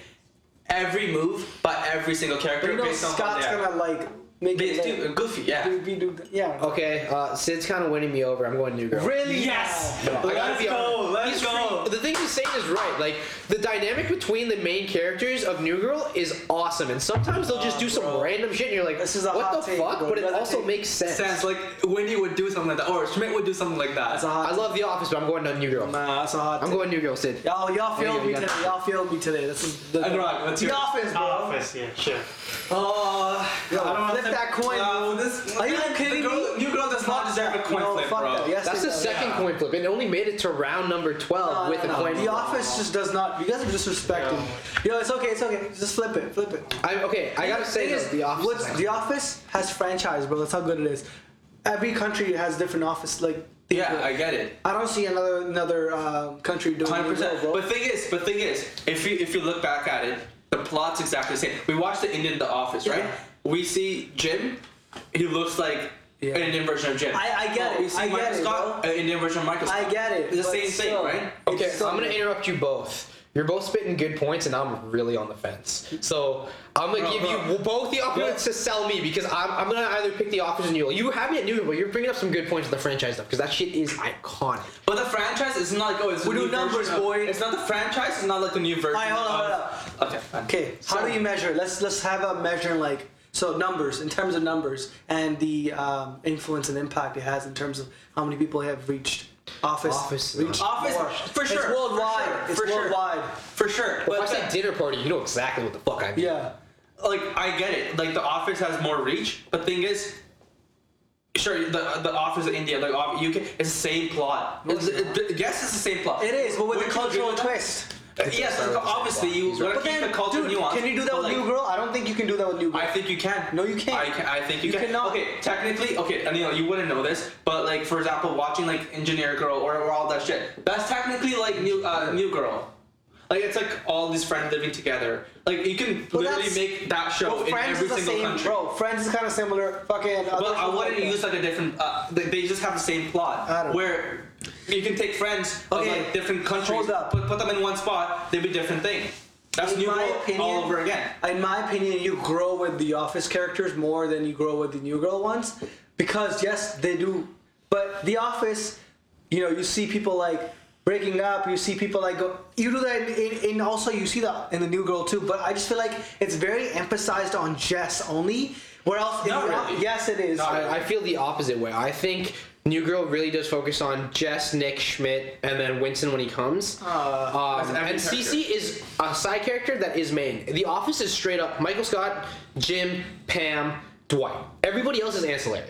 Speaker 5: every move by every single character
Speaker 3: But you know,
Speaker 5: based on how
Speaker 3: Scott's
Speaker 5: they are.
Speaker 3: gonna like make
Speaker 5: Be-
Speaker 3: it.
Speaker 5: stu-
Speaker 3: like,
Speaker 5: goofy, yeah.
Speaker 3: do- be- do- yeah.
Speaker 6: Okay, uh, Sid's kind of winning me over. I'm going New Girl.
Speaker 3: Really?
Speaker 5: Yes.
Speaker 3: Wow.
Speaker 6: I gotta
Speaker 5: Let's
Speaker 6: be
Speaker 5: go. Let's go.
Speaker 6: The thing he's saying is right. Like the dynamic between the main characters of New Girl is awesome, and sometimes they'll just do some random shit, and you're like,
Speaker 3: This is a
Speaker 6: "What
Speaker 3: hot
Speaker 6: the
Speaker 3: take,
Speaker 6: fuck?"
Speaker 3: bro.
Speaker 6: But it
Speaker 3: Doesn't
Speaker 6: also
Speaker 3: make
Speaker 6: makes sense.
Speaker 5: Sense like Wendy would do something like that, or Schmidt would do something like that.
Speaker 3: That's a hot.
Speaker 6: I love The Office, but I'm going to New Girl.
Speaker 3: Nah, that's a hot.
Speaker 6: I'm
Speaker 3: take.
Speaker 6: going New Girl, Sid.
Speaker 3: Y'all, y'all
Speaker 6: There you
Speaker 3: failed
Speaker 6: go,
Speaker 3: me
Speaker 6: you got
Speaker 3: today. Y'all failed me today. This is the,
Speaker 5: Anurag, let's
Speaker 3: the
Speaker 5: hear it.
Speaker 3: office, bro.
Speaker 4: Office, yeah, sure.
Speaker 5: Oh,
Speaker 3: Yo,
Speaker 4: I don't want
Speaker 3: flip
Speaker 4: to-
Speaker 3: that coin.
Speaker 5: uh,
Speaker 3: bro.
Speaker 5: this,
Speaker 3: Are you kidding
Speaker 5: the girl,
Speaker 3: me?
Speaker 5: New girl does not deserve a coin
Speaker 3: no,
Speaker 5: flip,
Speaker 3: fuck
Speaker 5: bro.
Speaker 3: That. Yes,
Speaker 6: That's
Speaker 3: it
Speaker 6: the
Speaker 3: does.
Speaker 6: second
Speaker 5: yeah.
Speaker 6: coin flip. It only made it to round number 12
Speaker 3: No,
Speaker 6: with
Speaker 3: no,
Speaker 6: the
Speaker 3: no.
Speaker 6: coin
Speaker 3: The
Speaker 6: flip.
Speaker 3: office just does not. You guys are disrespecting. Yo, it's okay. It's okay. Just flip it. Flip it.
Speaker 6: I, okay, I gotta say
Speaker 3: Thing
Speaker 6: this.
Speaker 3: is,
Speaker 6: The Office.
Speaker 3: What's, the office has franchise, bro. That's how good it is. Every country has different office. Like thing
Speaker 5: Yeah,
Speaker 3: here.
Speaker 5: I get it.
Speaker 3: I don't see another another um, country doing
Speaker 5: Hundred
Speaker 3: it,
Speaker 5: percent.
Speaker 3: bro.
Speaker 5: But thing is, but thing is, if you if you look back at it, the plot's exactly the same. We watched the Indian The Office, right?
Speaker 3: Yeah.
Speaker 5: We see Jim. He looks like
Speaker 3: Yeah.
Speaker 5: an Indian version of Jim.
Speaker 3: I- I get
Speaker 5: We
Speaker 3: it,
Speaker 5: see
Speaker 3: I get
Speaker 5: Michael
Speaker 3: it,
Speaker 5: Scott, an Indian version of Michael. Scott.
Speaker 3: I get it.
Speaker 5: It's the
Speaker 3: but
Speaker 5: same thing,
Speaker 3: still,
Speaker 5: right?
Speaker 6: Okay,
Speaker 3: it's so
Speaker 6: I'm gonna
Speaker 3: good.
Speaker 6: interrupt you both. You're both spitting good points, and I'm really on the fence. So I'm gonna
Speaker 5: Bro,
Speaker 6: give
Speaker 5: bro.
Speaker 6: you both the opportunity to sell me because I'm, I'm gonna either pick the office and you. You have me at New York, but you're bringing up some good points with the franchise stuff because that shit is iconic.
Speaker 5: But the franchise is not like oh, it's a
Speaker 3: We do
Speaker 5: new version
Speaker 3: numbers,
Speaker 5: of-
Speaker 3: boy.
Speaker 5: It's not the franchise. It's not like a new version.
Speaker 3: Alright, hold on,
Speaker 5: of-
Speaker 3: hold
Speaker 5: Okay. fine.
Speaker 3: Okay, how
Speaker 5: So-
Speaker 3: do you measure? it? Let's let's have a measure like so numbers in terms of numbers and the um, influence and impact it has in terms of how many people have reached office.
Speaker 6: Office.
Speaker 3: reached
Speaker 5: Office,
Speaker 3: more.
Speaker 5: for sure.
Speaker 3: It's worldwide.
Speaker 5: For sure.
Speaker 3: It's worldwide.
Speaker 5: For sure.
Speaker 6: But if I
Speaker 5: the-
Speaker 6: say dinner party, you know exactly what the fuck I mean.
Speaker 3: Yeah.
Speaker 5: like I get it. Like the office has more reach, but thing is, sure the the office in India, like off- UK, it's the same plot. It's- it- yes, it's the same plot.
Speaker 3: It is, but with a
Speaker 5: Wouldn't you
Speaker 3: cultural
Speaker 5: agree with that?
Speaker 3: twist.
Speaker 5: Yes, like, obviously you want to
Speaker 3: But
Speaker 5: keep the
Speaker 3: then,
Speaker 5: culture
Speaker 3: dude,
Speaker 5: nuance.
Speaker 3: can you do that
Speaker 5: but,
Speaker 3: with
Speaker 5: like,
Speaker 3: New Girl? I don't think you can do that with New Girl.
Speaker 5: I think you can.
Speaker 3: No, you can't.
Speaker 5: I, can, I think you,
Speaker 3: You
Speaker 5: can.
Speaker 3: cannot.
Speaker 5: Okay, technically, okay, Anil, you wouldn't know this, but like for example, watching like Engineer Girl or, or all that shit, that's technically like New uh, New Girl. Like it's like all these friends living together. Like you can
Speaker 3: Well,
Speaker 5: literally
Speaker 3: that's-
Speaker 5: make that show
Speaker 3: Bro,
Speaker 5: in
Speaker 3: Friends
Speaker 5: every
Speaker 3: is the
Speaker 5: single
Speaker 3: same,
Speaker 5: country.
Speaker 3: bro. Friends is kind of similar. Fucking. other
Speaker 5: But I
Speaker 3: shows
Speaker 5: wouldn't
Speaker 3: like that.
Speaker 5: use like a different. Uh, they, they just have the same plot.
Speaker 3: I don't-
Speaker 5: where you can take friends of
Speaker 3: Okay,
Speaker 5: like different countries,
Speaker 3: hold up.
Speaker 5: Put, put them in one spot, they'd be different thing. That's
Speaker 3: In
Speaker 5: new
Speaker 3: my
Speaker 5: World all
Speaker 3: opinion-
Speaker 5: over again.
Speaker 3: in my opinion, you grow with the Office characters more than you grow with the New Girl ones, because yes, they do. But the Office, you know, you see people like breaking up. You see people like go. You do that in, in, in also you see that in the New Girl too. But I just feel like it's very emphasized on Jess only. Where else? in
Speaker 5: Not
Speaker 3: the Office-
Speaker 5: really.
Speaker 3: Yes, it is.
Speaker 5: Not
Speaker 6: I, I feel the opposite way. I think New Girl really does focus on Jess, Nick, Schmidt, and then Winston when he comes.
Speaker 5: That's
Speaker 6: um,
Speaker 5: every
Speaker 6: and
Speaker 5: character.
Speaker 6: Cece is a side character that is main. The Office is straight up Michael Scott, Jim, Pam, Dwight. Everybody else is ancillary.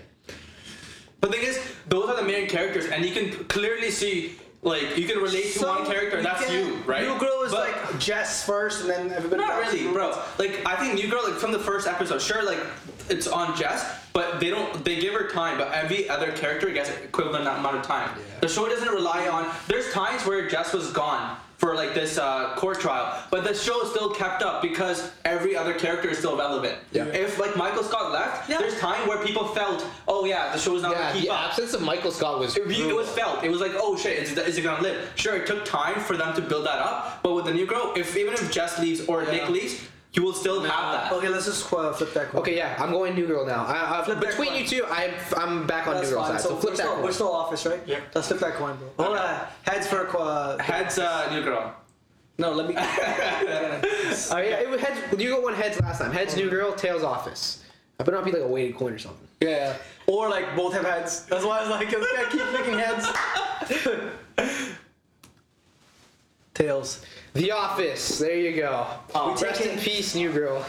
Speaker 5: But thing is, those are the main characters, and you can p- clearly see Like you can relate to one character, and that's you, right?
Speaker 3: New Girl is
Speaker 5: But-
Speaker 3: like Jess first, and then everybody.
Speaker 5: Not
Speaker 3: else.
Speaker 5: really, bro. Like I think New Girl, like from the first episode, sure, like it's on Jess, but they don't they give her time, but every other character gets equivalent amount of time. The show doesn't rely on. There's times where Jess was gone for like this uh, court trial, but the show is still kept up because every other character is still relevant.
Speaker 6: Yeah.
Speaker 5: If like Michael Scott left, there's time where people felt, oh yeah, the show's not
Speaker 6: Yeah,
Speaker 5: gonna keep
Speaker 6: the
Speaker 5: up.
Speaker 6: absence of Michael Scott was.
Speaker 5: It, really- it was felt. It was like, oh shit, is, is it gonna live? Sure, it took time for them to build that up, but with the new girl, if even if Jess leaves or Nick leaves, you will still have that.
Speaker 3: Okay, let's just uh, flip that coin.
Speaker 6: Okay, yeah, I'm going New Girl now. I, I,
Speaker 3: Flip that
Speaker 6: between
Speaker 3: coin.
Speaker 6: you two, I, I'm back on
Speaker 3: That's
Speaker 6: New Girl
Speaker 3: fine.
Speaker 6: side. So,
Speaker 3: So,
Speaker 6: flip
Speaker 3: we're
Speaker 6: that.
Speaker 3: still,
Speaker 6: coin.
Speaker 3: We're still office, right?
Speaker 4: Yeah.
Speaker 3: Let's flip that coin, bro. Hold on. Heads for uh,
Speaker 5: Heads, uh, new girl.
Speaker 3: No, let me.
Speaker 6: Oh yeah, it was heads. You got one heads last time. Heads, New Girl, tails, Office. I better not be like a weighted coin or something.
Speaker 3: yeah. Or like both have heads. That's why I was like, this guy keep picking heads. Tails.
Speaker 6: The Office. There you go.
Speaker 3: Oh,
Speaker 6: Rest in
Speaker 3: taking-
Speaker 6: peace, New Girl.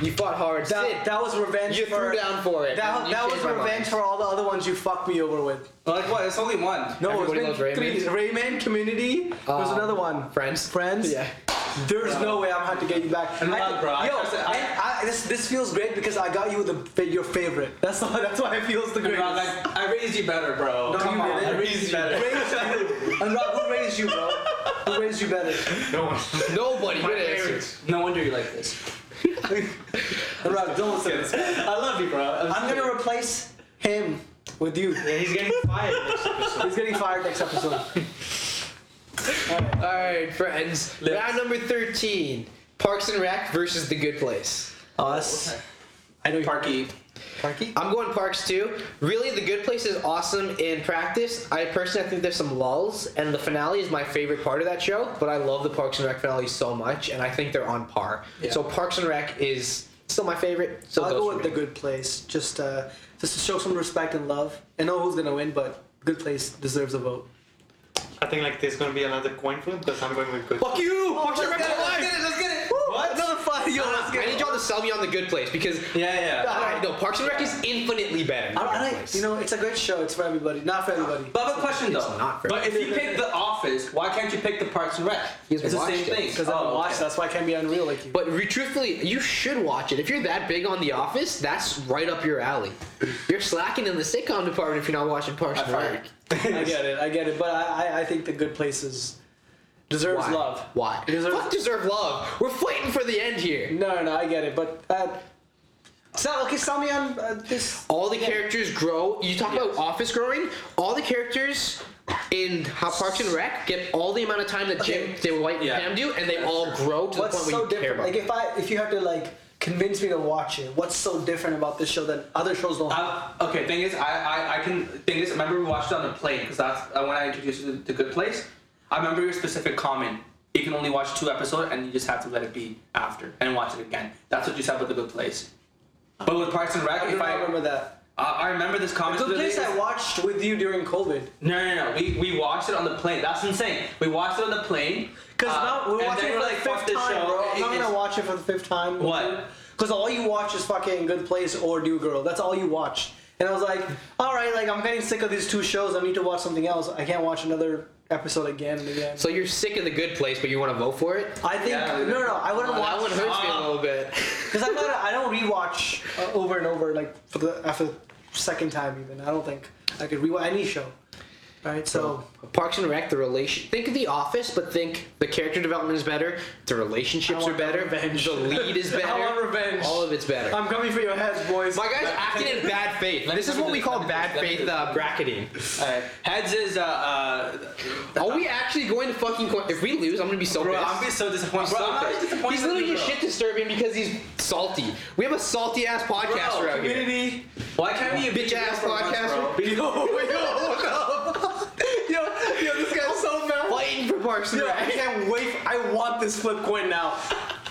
Speaker 6: You fought hard. Sid,
Speaker 3: That, that was revenge
Speaker 6: you
Speaker 3: for.
Speaker 6: threw down for it.
Speaker 3: That,
Speaker 6: You
Speaker 3: that was
Speaker 6: changed my
Speaker 3: revenge
Speaker 6: mind.
Speaker 3: for all the other ones you fucked me over with.
Speaker 5: Like what? It's only one.
Speaker 3: No,
Speaker 6: Everybody
Speaker 3: it's been
Speaker 6: loves Rayman.
Speaker 3: three. Rayman, Community. There's
Speaker 6: Um,
Speaker 3: another one.
Speaker 6: Friends.
Speaker 3: Friends.
Speaker 6: Yeah.
Speaker 3: There's no way I'm hard to get you back.
Speaker 5: I'm not, bro. I
Speaker 3: Yo,
Speaker 5: trust it.
Speaker 3: I, I, this this feels great because I got you the your favorite. That's why that's why it feels the
Speaker 5: Bro,
Speaker 3: greatest.
Speaker 5: like, I raised you better, bro.
Speaker 3: No, you
Speaker 5: I
Speaker 3: didn't.
Speaker 5: raised you better.
Speaker 3: Raised you. And Rob, who raised you, bro? Who raised you better?
Speaker 4: No one.
Speaker 6: Nobody. Good answer.
Speaker 4: parents.
Speaker 5: No wonder you like this.
Speaker 3: And Rob, don't listen to this guy.
Speaker 5: I love you, bro.
Speaker 3: I'm gonna replace him with you.
Speaker 4: Yeah, he's getting fired next episode.
Speaker 3: He's getting fired next episode.
Speaker 6: All right, friends. Round number thirteen: Parks and Rec versus The Good Place.
Speaker 3: Us. I know you.
Speaker 5: Parky.
Speaker 3: Parky?
Speaker 6: I'm going Parks too. Really, The Good Place is awesome in practice. I personally think there's some lulls, and the finale is my favorite part of that show. But I love the Parks and Rec finale so much, and I think they're on par. So Parks and Rec is still my favorite. So
Speaker 3: I'll
Speaker 6: those
Speaker 3: go
Speaker 6: for
Speaker 3: with the
Speaker 6: me.
Speaker 3: good place. Just uh, just to show some respect and love. I know who's gonna win, but good place deserves a vote.
Speaker 4: I think like there's gonna be another coin flip because I'm going with good.
Speaker 6: Fuck you, Parks and Rec
Speaker 3: Oh, let's
Speaker 6: for
Speaker 3: get it, let's
Speaker 6: life.
Speaker 3: get it, let's get it. Woo, Another five. Yo, let's
Speaker 6: I
Speaker 3: get
Speaker 6: need
Speaker 3: it.
Speaker 6: y'all to sell me on The Good Place because
Speaker 5: Yeah, yeah.
Speaker 6: all right, no, Parks and Rec is infinitely better.
Speaker 3: I,
Speaker 6: than The
Speaker 3: I
Speaker 6: Good
Speaker 3: like,
Speaker 6: Place.
Speaker 3: you know, it's a great show. It's for everybody, not for everybody.
Speaker 5: But I have a question though.
Speaker 6: not fair.
Speaker 5: but if you pick The Office, why can't you pick The Parks and Rec?
Speaker 6: He
Speaker 5: It's
Speaker 6: hasn't
Speaker 5: the same
Speaker 6: watched it,
Speaker 5: thing.
Speaker 3: Because I
Speaker 6: Oh,
Speaker 3: don't watch, that's why I can't be unreal like you.
Speaker 6: But re- truthfully, you should watch it. If you're that big on The Office, that's right up your alley. You're slacking in the sitcom department if you're not watching Parks
Speaker 5: Oh,
Speaker 6: and Rec.
Speaker 3: I get it, I get it. But I, I, I think the good place is deserves
Speaker 6: Why?
Speaker 3: love.
Speaker 6: Why?
Speaker 3: It deserves-
Speaker 6: Fuck deserve love. We're fighting for the end here.
Speaker 3: No, no, no, I get it. But uh, sell, okay, sell me on uh, this.
Speaker 6: All the characters grow. You talk about Office growing. All the characters in How Parks and Rec get all the amount of time that Jim,
Speaker 3: Okay.
Speaker 6: Jim White, and
Speaker 5: Yeah.
Speaker 6: Pam do, and they all grow to
Speaker 3: What's so
Speaker 6: the point where you care
Speaker 3: different?
Speaker 6: about.
Speaker 3: Like
Speaker 6: them.
Speaker 3: if I, if you have to like convince me to watch it, what's so different about this show that other shows don't? have?
Speaker 5: I, okay, thing is, I, I, I can. Thing is, remember we watched it on the plane because that's uh, when I introduced you to the Good Place. I remember your specific comment. You can only watch two episodes, and you just have to let it be after and watch it again. That's what you said with the Good Place. But with Parks and Rec,
Speaker 3: I
Speaker 5: if
Speaker 3: don't
Speaker 5: I
Speaker 3: remember that.
Speaker 5: I, I remember this comment.
Speaker 3: Good
Speaker 5: the
Speaker 3: place
Speaker 5: thing is-
Speaker 3: I watched with you during COVID.
Speaker 5: No, no, no. We, we watched it on the plane. That's insane. We watched it on the plane.
Speaker 3: Because
Speaker 5: uh,
Speaker 3: now we're
Speaker 5: and
Speaker 3: watching
Speaker 5: then
Speaker 3: it for
Speaker 5: we're
Speaker 3: the
Speaker 5: like, fuck
Speaker 3: fifth
Speaker 5: this
Speaker 3: time,
Speaker 5: show.
Speaker 3: bro.
Speaker 5: It-
Speaker 3: I'm not
Speaker 5: it's-
Speaker 3: gonna watch it for the fifth time.
Speaker 5: What?
Speaker 3: Because all you watch is fucking Good Place or New Girl. That's all you watch. And I was like, all right, like I'm getting sick of these two shows. I need to watch something else. I can't watch another episode again and again.
Speaker 6: so you're sick of the good place, but you want to vote for it?
Speaker 3: I think
Speaker 5: Yeah,
Speaker 3: no, no, no, I wouldn't
Speaker 6: Well, that
Speaker 3: watch
Speaker 6: one hurts me a little bit.
Speaker 3: because I'm not. I don't rewatch uh, over and over like for the after the second time even. I don't think I could rewatch any show. Right, so
Speaker 6: Parks and Rec, the relation. Think of The Office, but think the character development is better, the relationships
Speaker 3: I
Speaker 6: are
Speaker 3: want
Speaker 6: better,
Speaker 3: revenge.
Speaker 6: the lead is
Speaker 3: I
Speaker 6: better.
Speaker 3: want revenge.
Speaker 6: All of it's better.
Speaker 3: I'm coming for your heads, boys.
Speaker 6: My guy's acting in bad faith. This is what we call bad faith uh, bracketing.
Speaker 5: Alright. Heads is uh, uh
Speaker 6: Are we actually going to fucking? Co- if we lose, I'm gonna be so
Speaker 5: bro,
Speaker 6: pissed.
Speaker 5: I'm being so disappointed.
Speaker 6: So
Speaker 5: Bro, I'm
Speaker 6: pissed.
Speaker 5: just disappointed.
Speaker 6: he's
Speaker 5: with
Speaker 6: literally
Speaker 5: you,
Speaker 6: just
Speaker 5: bro.
Speaker 6: shit disturbing because he's salty. We have a salty ass podcaster
Speaker 5: Bro,
Speaker 6: out here.
Speaker 3: community.
Speaker 5: Why can't we be a
Speaker 6: Bitch ass podcaster.
Speaker 5: bro?
Speaker 3: Yo, yo, this guy's so mad.
Speaker 6: Fighting for Parks and
Speaker 3: Yo, I
Speaker 6: Rec.
Speaker 3: can't wait. I want this flip coin now.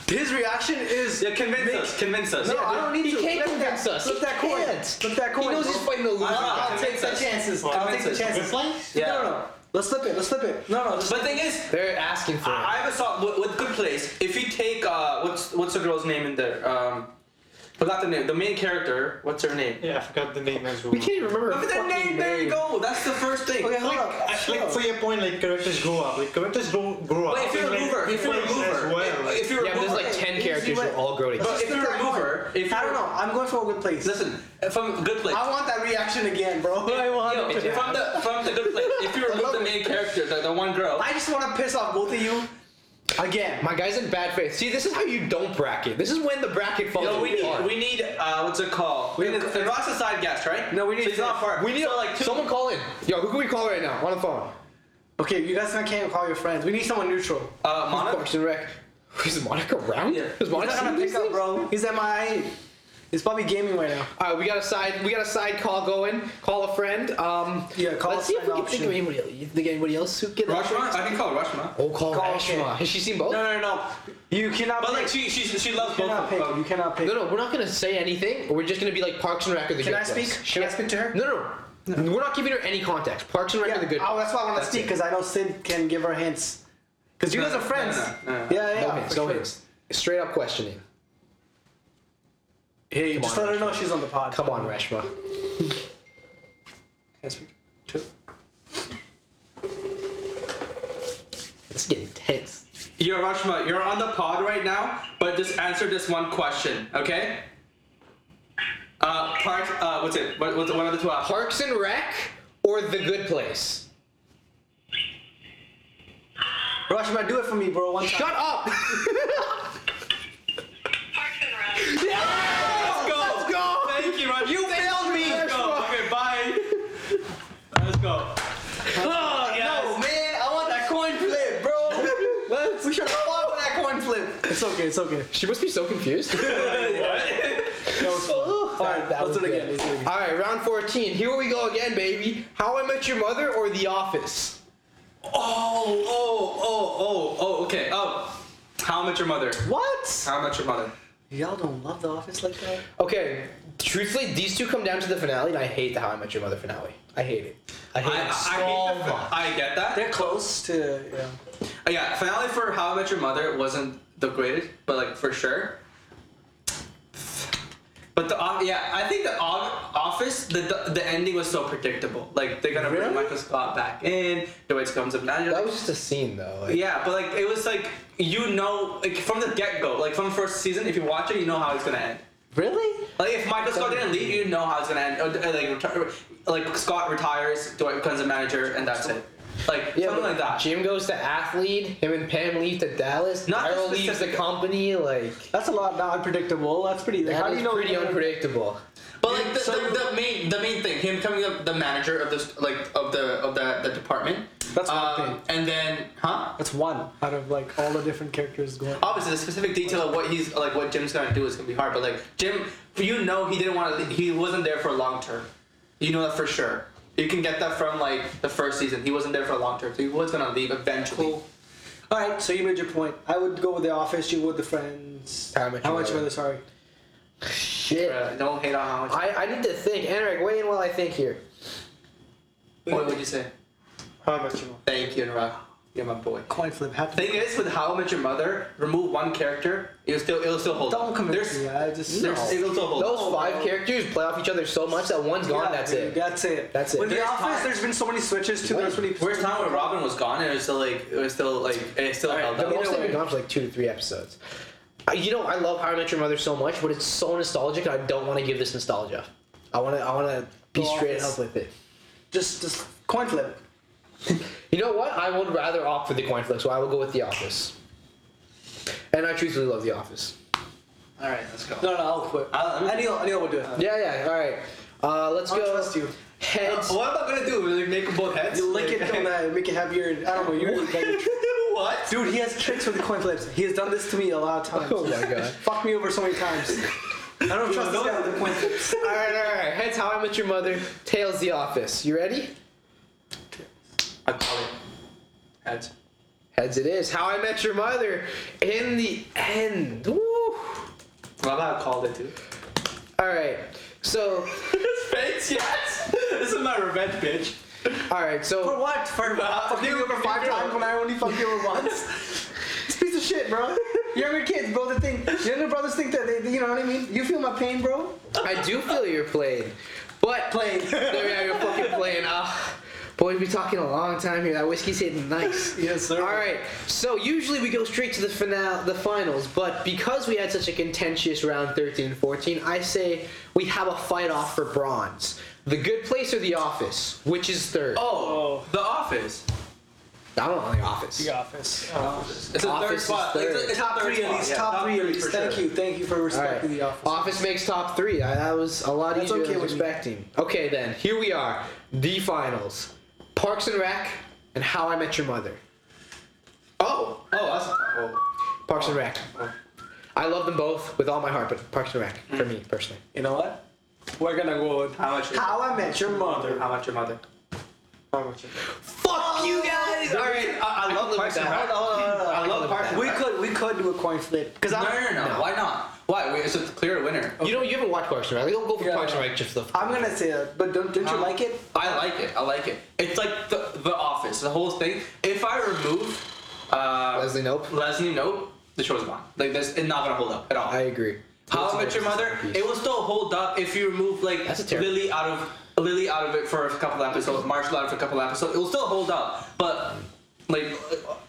Speaker 3: His reaction is.
Speaker 5: Yeah, convince
Speaker 3: Make-
Speaker 5: us. Convince us.
Speaker 3: No, I don't need
Speaker 6: He
Speaker 3: to.
Speaker 6: can't
Speaker 3: Flip that-
Speaker 6: convince us.
Speaker 3: Flip
Speaker 6: He
Speaker 3: that coin.
Speaker 6: can't.
Speaker 3: Flip that coin.
Speaker 6: He knows
Speaker 3: bro.
Speaker 6: he's fighting a loser.
Speaker 3: I'll, I'll
Speaker 5: Convince
Speaker 3: take the
Speaker 5: us.
Speaker 3: chances. I'll take the
Speaker 5: Convince us.
Speaker 3: chances.
Speaker 5: Yeah.
Speaker 3: No, no, no. Let's flip it. Let's flip it. No, no. Just
Speaker 5: But thing is,
Speaker 6: They're asking for
Speaker 5: I I
Speaker 6: it.
Speaker 5: have a song with, with Good Place. If you take uh, what's what's the girl's name in there? Um, Forgot the name. The main character. What's her name?
Speaker 4: Yeah, I forgot the name as well.
Speaker 6: We can't even remember. her
Speaker 5: Look at the
Speaker 6: fucking
Speaker 5: name. There you go. That's the first thing.
Speaker 3: Okay, hold
Speaker 5: Like,
Speaker 3: up.
Speaker 4: I- like for your point, like characters grow up. Like characters grow grow up.
Speaker 5: But if you're a
Speaker 4: in, like,
Speaker 5: mover, if you're a
Speaker 4: ways
Speaker 5: mover,
Speaker 4: as well.
Speaker 5: if- if you're
Speaker 6: Yeah,
Speaker 5: a
Speaker 6: but there's
Speaker 5: mover,
Speaker 6: like ten
Speaker 3: Hey,
Speaker 6: characters
Speaker 3: you see
Speaker 6: that all grow
Speaker 3: what-
Speaker 6: together.
Speaker 5: But if
Speaker 3: Just
Speaker 5: you're a
Speaker 3: pick one.
Speaker 5: mover, if
Speaker 3: I
Speaker 5: you're-
Speaker 3: don't know. I'm going for a good place.
Speaker 5: listen from good place.
Speaker 3: I want that reaction again, bro. I want.
Speaker 5: Yo,
Speaker 3: it.
Speaker 5: from the from the good place. If you remove
Speaker 3: love
Speaker 5: the
Speaker 3: it.
Speaker 5: main character, the, the one girl.
Speaker 3: I just want to piss off both of you again.
Speaker 6: My guy's in bad faith. See, this is how you don't bracket. This is when the bracket falls
Speaker 5: Yo, we
Speaker 6: apart.
Speaker 5: need, we need uh, what's it called? We need the Ross side guest, right?
Speaker 3: No, we need
Speaker 5: So he's
Speaker 3: to-
Speaker 5: not far.
Speaker 6: We need
Speaker 5: so, like two,
Speaker 6: someone call in. Yo, who can we call right now on the phone?
Speaker 3: Okay, you guys can't call your friends. We need someone neutral.
Speaker 5: Uh,
Speaker 6: Monica?
Speaker 5: Monica.
Speaker 6: Parks and Rec. Is Monica around?
Speaker 5: Yeah.
Speaker 6: Is
Speaker 3: He's
Speaker 6: Monica
Speaker 3: not gonna
Speaker 6: seeing
Speaker 3: pick up,
Speaker 6: these
Speaker 3: bro. He's at my. He's probably gaming right now.
Speaker 6: All right, we got a side. We got a side call going. Call a friend. Um,
Speaker 3: Yeah, call
Speaker 6: Let's
Speaker 3: a
Speaker 6: see if we
Speaker 3: friend
Speaker 6: can think of
Speaker 3: option.
Speaker 6: anybody else. You think anybody else who can?
Speaker 5: Rashma. I can call Rashma.
Speaker 6: Oh, call,
Speaker 3: Call,
Speaker 6: Rashma.
Speaker 3: okay.
Speaker 6: Has she seen both?
Speaker 3: No, no, no. You cannot.
Speaker 5: But
Speaker 3: pick.
Speaker 5: like she she she loves
Speaker 3: you
Speaker 5: both.
Speaker 3: cannot
Speaker 5: of
Speaker 3: pick. You
Speaker 5: them.
Speaker 3: cannot pick.
Speaker 6: No, no, we're not gonna say anything. We're just gonna be like Parks and Rec or the
Speaker 3: Can
Speaker 6: Good
Speaker 3: I speak?
Speaker 6: Place.
Speaker 3: Can I speak to her?
Speaker 6: No, no, no, We're not giving her any context. Parks and Rec or the
Speaker 3: Yeah,
Speaker 6: Good
Speaker 3: oh, that's why I want to
Speaker 6: That's
Speaker 3: speak
Speaker 6: it.
Speaker 3: because I know Sid can give her hints. Because you
Speaker 5: No,
Speaker 3: guys are
Speaker 5: no,
Speaker 3: friends.
Speaker 5: no, no, no.
Speaker 3: Yeah, yeah.
Speaker 6: No
Speaker 3: yeah,
Speaker 6: hints.
Speaker 3: for
Speaker 6: No
Speaker 3: sure.
Speaker 6: hints. Straight up questioning.
Speaker 3: Hey, just
Speaker 6: on,
Speaker 3: let her know
Speaker 6: Rashma.
Speaker 3: she's on the pod.
Speaker 6: Come on, Rashma.
Speaker 3: Can I speak? Two.
Speaker 6: It's getting tense.
Speaker 5: Yo, Rashma, you're on the pod right now, but just answer this one question, okay? Uh, Park. Uh, what's it? What, what's one of the two options?
Speaker 6: Parks and Rec or the Good Place?
Speaker 3: Rashma, do it for me, bro. One time.
Speaker 6: Shut up.
Speaker 7: Parks and Rec.
Speaker 5: Let's go.
Speaker 6: Let's go.
Speaker 5: Thank you, Rashma. You failed me. Let's go.
Speaker 6: Rashma.
Speaker 5: Okay, bye. Let's go. Oh,
Speaker 3: No,
Speaker 5: yes.
Speaker 3: man, I want that coin flip, bro.
Speaker 6: Let's.
Speaker 3: we should follow that coin flip. It's okay. It's okay.
Speaker 6: She must be so confused.
Speaker 3: That was fun. All right,
Speaker 6: That
Speaker 3: let's
Speaker 6: was
Speaker 3: do it again.
Speaker 6: good.
Speaker 3: Let's do it again.
Speaker 6: All right, round 14. Here we go again, baby. How I Met Your Mother or The Office?
Speaker 5: Oh, oh, oh, oh, oh, okay. Oh, how much your mother?
Speaker 3: What?
Speaker 5: How much your mother?
Speaker 3: Y'all don't love The Office like that?
Speaker 6: Okay, truthfully, these two come down to the finale, and I hate the How I Met Your Mother finale. I hate it. I
Speaker 5: I,
Speaker 6: hate
Speaker 5: I,
Speaker 6: it so
Speaker 5: I, hate the-
Speaker 6: much.
Speaker 5: I get that.
Speaker 3: They're close to. Yeah.
Speaker 5: Uh, yeah, finale for How I Met Your Mother wasn't the greatest, but like for sure. But the off- yeah, I think the off- Office the, the the ending was so predictable. Like they're gonna bring
Speaker 3: Really?
Speaker 5: Michael Scott back in. Dwight comes up now. you're
Speaker 6: That
Speaker 5: like,
Speaker 6: was just a scene, though. Like,
Speaker 5: yeah, but like it was like you know like from the get go, like from first season, if you watch it, you know how it's gonna end.
Speaker 3: Really?
Speaker 5: Like if Michael Scott didn't leave, you know how it's gonna end. Uh, Like retire, like Scott retires, Dwight becomes a manager, and that's it. Like
Speaker 6: Yeah, but
Speaker 5: something like that.
Speaker 6: Jim goes to athlete. Him and Pam leave to Dallas.
Speaker 5: Not the
Speaker 6: Daryl leaves the
Speaker 5: specific-
Speaker 6: company. Like
Speaker 3: That's a lot. Not unpredictable. That's pretty. Like,
Speaker 6: that
Speaker 3: how do
Speaker 6: is
Speaker 3: you know?
Speaker 6: pretty unpredictable.
Speaker 5: But like the,
Speaker 3: So-
Speaker 5: the, the main the main thing, him becoming the, the manager of this like of the of the, the department.
Speaker 3: That's one
Speaker 6: Uh,
Speaker 5: um, And then huh?
Speaker 3: That's one out of like all the different characters going.
Speaker 5: Obviously, the specific detail of what he's like, what Jim's gonna do is gonna be hard. But like Jim, you know, he didn't want to. He wasn't there for long term. You know that for sure. You can get that from like the first season. He wasn't there for long term, so he was gonna leave eventually.
Speaker 3: Cool. All right, so you made your point. I would go with the office. You would the friends.
Speaker 6: How much
Speaker 3: How
Speaker 6: you
Speaker 3: much
Speaker 6: love
Speaker 3: were
Speaker 6: it.
Speaker 3: they? Sorry.
Speaker 6: Shit.
Speaker 5: Uh, don't hate on how much.
Speaker 6: I, I need to think. Anurag, weigh in while I think here.
Speaker 5: What would you say?
Speaker 4: How about you?
Speaker 5: Thank you, Anurag. You're my boy.
Speaker 3: Coin flip. Had to
Speaker 5: Thing is, with How I Met Your Mother, remove one character, it'll still it'll still hold.
Speaker 3: Don't commit
Speaker 5: There's,
Speaker 3: to that. I just
Speaker 5: there's it'll still hold.
Speaker 6: Those five characters play off each other so much that one's gone.
Speaker 3: Yeah,
Speaker 6: that's
Speaker 3: dude,
Speaker 6: it.
Speaker 3: That's it.
Speaker 6: That's it.
Speaker 3: With the
Speaker 5: There's
Speaker 3: office,
Speaker 5: time.
Speaker 3: there's been so many switches too. There's so many.
Speaker 5: Where's time when Robin was gone and it was still like it was still like it still held
Speaker 6: the
Speaker 5: up.
Speaker 6: most they've
Speaker 3: way.
Speaker 6: been gone for like two to three episodes. I, you know, I love How I Met Your Mother so much, but it's so nostalgic. and I don't want to give this nostalgia. I want to. I want to be
Speaker 3: The
Speaker 6: straight
Speaker 3: Office.
Speaker 6: up with it.
Speaker 3: Just, just coin flip.
Speaker 6: You know what? I would rather opt for the coin flip, so I will go with The Office. And I truthfully love The Office.
Speaker 5: All right, let's go.
Speaker 3: No, no, I'll quit.
Speaker 5: I'll- I'm-
Speaker 3: Anil, Anil will do it.
Speaker 6: Yeah, yeah. All right. Uh, let's
Speaker 3: I
Speaker 6: go.
Speaker 3: trust you.
Speaker 6: Heads.
Speaker 5: What am I gonna do? Like make them both heads?
Speaker 3: You lick it till that make it heavier. and- I don't know. You're like,
Speaker 5: what?
Speaker 3: dude. He has tricks with the coin flips. He has done this to me a lot of times.
Speaker 6: Oh my god.
Speaker 3: Fuck me over so many times. I don't trust this guy with the coin flips.
Speaker 6: all right, all right. Heads. How I Met Your Mother. Tails. The Office. You ready?
Speaker 5: I call it heads.
Speaker 6: Heads. It is. How I Met Your Mother. In the end. Woo.
Speaker 5: Well, I called it too.
Speaker 6: All right. So,
Speaker 5: it's fates, yes. This is my revenge, bitch.
Speaker 6: all right.
Speaker 3: For
Speaker 6: So,
Speaker 3: what? For
Speaker 5: Uh,
Speaker 3: fucking
Speaker 5: dude,
Speaker 3: you over five
Speaker 5: dude.
Speaker 3: times when I only fucked you over once. this piece of shit, bro. younger kids, bro. The thing, younger brothers think that they, you know what I mean. You feel my pain, bro.
Speaker 6: I do feel you're playing, but
Speaker 3: Playing.
Speaker 6: yeah, you're fucking playing. Ah, boy, we've been talking a long time here. That whiskey's hitting nice.
Speaker 3: Yes, sir.
Speaker 6: All right. So usually we go straight to the finale, the finals, but because we had such a contentious round 13 and 14, I say we have a fight off for bronze. The good place or the office? Which is third?
Speaker 5: Oh, The Office.
Speaker 6: I don't want the office.
Speaker 4: The office.
Speaker 5: It's a
Speaker 6: Office
Speaker 5: third
Speaker 6: is
Speaker 5: spot.
Speaker 6: third.
Speaker 5: It's, a- it's a
Speaker 3: Top
Speaker 5: third
Speaker 3: three at
Speaker 5: spot,
Speaker 3: least.
Speaker 5: yeah,
Speaker 3: top three at least.
Speaker 5: for
Speaker 3: Thank
Speaker 5: sure.
Speaker 3: you, thank you for
Speaker 6: All right.
Speaker 3: respecting the office.
Speaker 6: makes top three. I, that was a lot
Speaker 3: That's
Speaker 6: easier
Speaker 3: okay
Speaker 6: than
Speaker 3: with me.
Speaker 6: expecting. Okay, then here we are, the finals: Parks and Rec and How I Met Your Mother.
Speaker 5: Oh, oh, that's oh.
Speaker 6: Parks and Rec. I love them both with all my heart, but Parks and Rec for me personally.
Speaker 3: You know what? We're gonna go with
Speaker 5: How much?
Speaker 3: How I Met Your Mother.
Speaker 5: How much your mother? How much? Your
Speaker 6: Fuck you guys! All right, I, I love them
Speaker 5: Parks
Speaker 6: with
Speaker 5: and
Speaker 6: that.
Speaker 5: Rec. I love Parks and
Speaker 3: We
Speaker 5: Rec.
Speaker 3: could we could do a coin flip because
Speaker 5: No,
Speaker 3: I'm
Speaker 5: no, no, no, Why not? Why? Wait, it's a clear winner.
Speaker 6: You know you haven't watched Parks and Rec. Don't go for
Speaker 3: Yeah.
Speaker 6: Parks and Rec just for the.
Speaker 3: I'm gonna say that, but don't don't you
Speaker 5: Um,
Speaker 3: like it?
Speaker 5: I like it. I like it. It's like the the Office, the whole thing. If I remove uh,
Speaker 6: Leslie Nope.
Speaker 5: Leslie Nope, the show's gone. Like this, it's not gonna hold up at all.
Speaker 6: I agree.
Speaker 5: How I Met Your Mother, it will still hold up if you remove like
Speaker 6: That's a terrible-
Speaker 5: Lily out of Lily out of it for a couple episodes, Marshall out of it for a couple episodes. It will still hold up, but like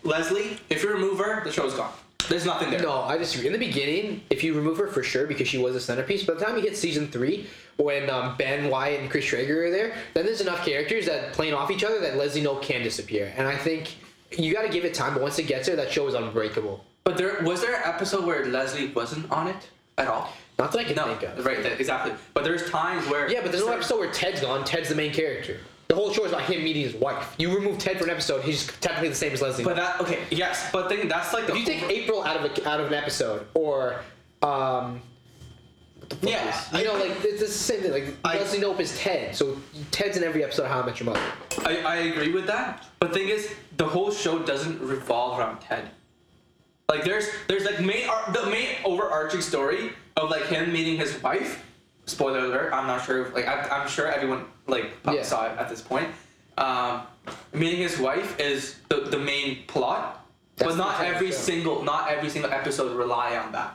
Speaker 5: Leslie, if you remove her, the show's gone. There's nothing there.
Speaker 6: No, I disagree. In the beginning, if you remove her for sure because she was a centerpiece, by the time you get season three, when um, Ben Wyatt and Chris Traeger are there, then there's enough characters that playing off each other that Leslie Nope can disappear. And I think you got to give it time. But once it gets there, that show is unbreakable.
Speaker 5: But there was there an episode where Leslie wasn't on it at all.
Speaker 6: Not that I can
Speaker 5: No,
Speaker 6: think of.
Speaker 5: right, that- exactly. But there's times where
Speaker 6: Yeah, but there's no episode where Ted's gone. Ted's the main character. The whole show is about him meeting his wife. You remove Ted for an episode, he's technically the same as Leslie.
Speaker 5: But
Speaker 6: But
Speaker 5: that okay, yes, but then that's like the
Speaker 6: if you take April out of a, out of an episode, or um,
Speaker 5: yeah,
Speaker 6: you know, like it's the same thing. Like
Speaker 5: I-
Speaker 6: Leslie Nope is Ted, so Ted's in every episode of How I Met Your Mother.
Speaker 5: I, I agree with that. But thing is, the whole show doesn't revolve around Ted. Like there's there's like main ar- the main overarching story of like him meeting his wife. Spoiler alert! I'm not sure. If, like I, I'm sure everyone like
Speaker 6: Yeah.
Speaker 5: saw it at this point. Um, meeting his wife is the, the main plot,
Speaker 6: That's
Speaker 5: but
Speaker 6: the
Speaker 5: not
Speaker 6: entire
Speaker 5: every
Speaker 6: show.
Speaker 5: single not every single episode rely on that.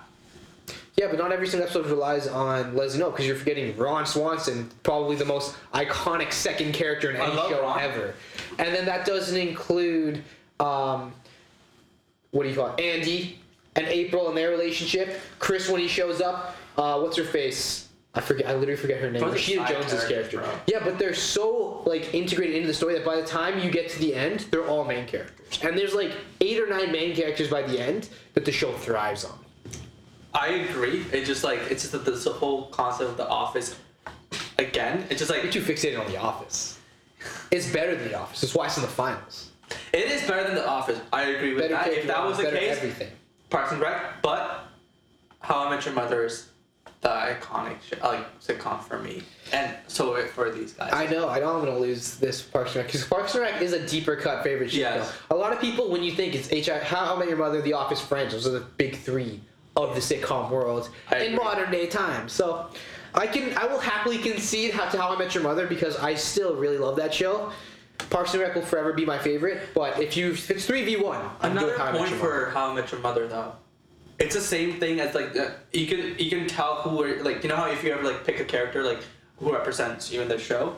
Speaker 6: Yeah, but not every single episode relies on Leslie Nope because you're forgetting Ron Swanson, probably the most iconic second character in
Speaker 5: I
Speaker 6: any
Speaker 5: love
Speaker 6: show
Speaker 5: Ron.
Speaker 6: ever. And then that doesn't include, um, what do you call it? Andy and April and their relationship. Chris when he shows up. Uh, what's her face? I forget. I literally forget her name.
Speaker 5: Those are
Speaker 6: Rashida
Speaker 5: side
Speaker 6: Jones's
Speaker 5: characters,
Speaker 6: character.
Speaker 5: bro.
Speaker 6: Yeah, but they're so like integrated into the story that by the time you get to the end, they're all main characters. And there's like eight or nine main characters by the end that the show thrives on.
Speaker 5: I agree. It's just like it's just that this whole concept of the office. Again, it's just like
Speaker 6: You're too fixated on The Office. It's better than The Office. It's why it's in the finals.
Speaker 5: It is better than The Office. I agree with
Speaker 6: Better
Speaker 5: that. If
Speaker 6: character
Speaker 5: that was the
Speaker 6: better
Speaker 5: case,
Speaker 6: everything.
Speaker 5: Parks and Rec. But How I Met Your Mother is the iconic sh- like sitcom for me, and so it for these guys.
Speaker 6: I know. I know. I'm gonna lose this Parks and Rec because Parks and Rec is a deeper cut favorite show.
Speaker 5: Yes.
Speaker 6: A lot of people, when you think it's H.I. How I Met Your Mother, The Office, Friends, those are the big three of the sitcom world
Speaker 5: I
Speaker 6: in
Speaker 5: agree.
Speaker 6: modern day times. So, I can I will happily concede how to How I Met Your Mother because I still really love that show. Parks and Rec will forever be my favorite, but if you if it's three v one, I'm good
Speaker 5: Another
Speaker 6: with How I Met
Speaker 5: point
Speaker 6: Your Mother.
Speaker 5: for How I Met Your Mother though. It's the same thing as like uh, you can you can tell who are like you know how if you ever like pick a character like who represents you in the show,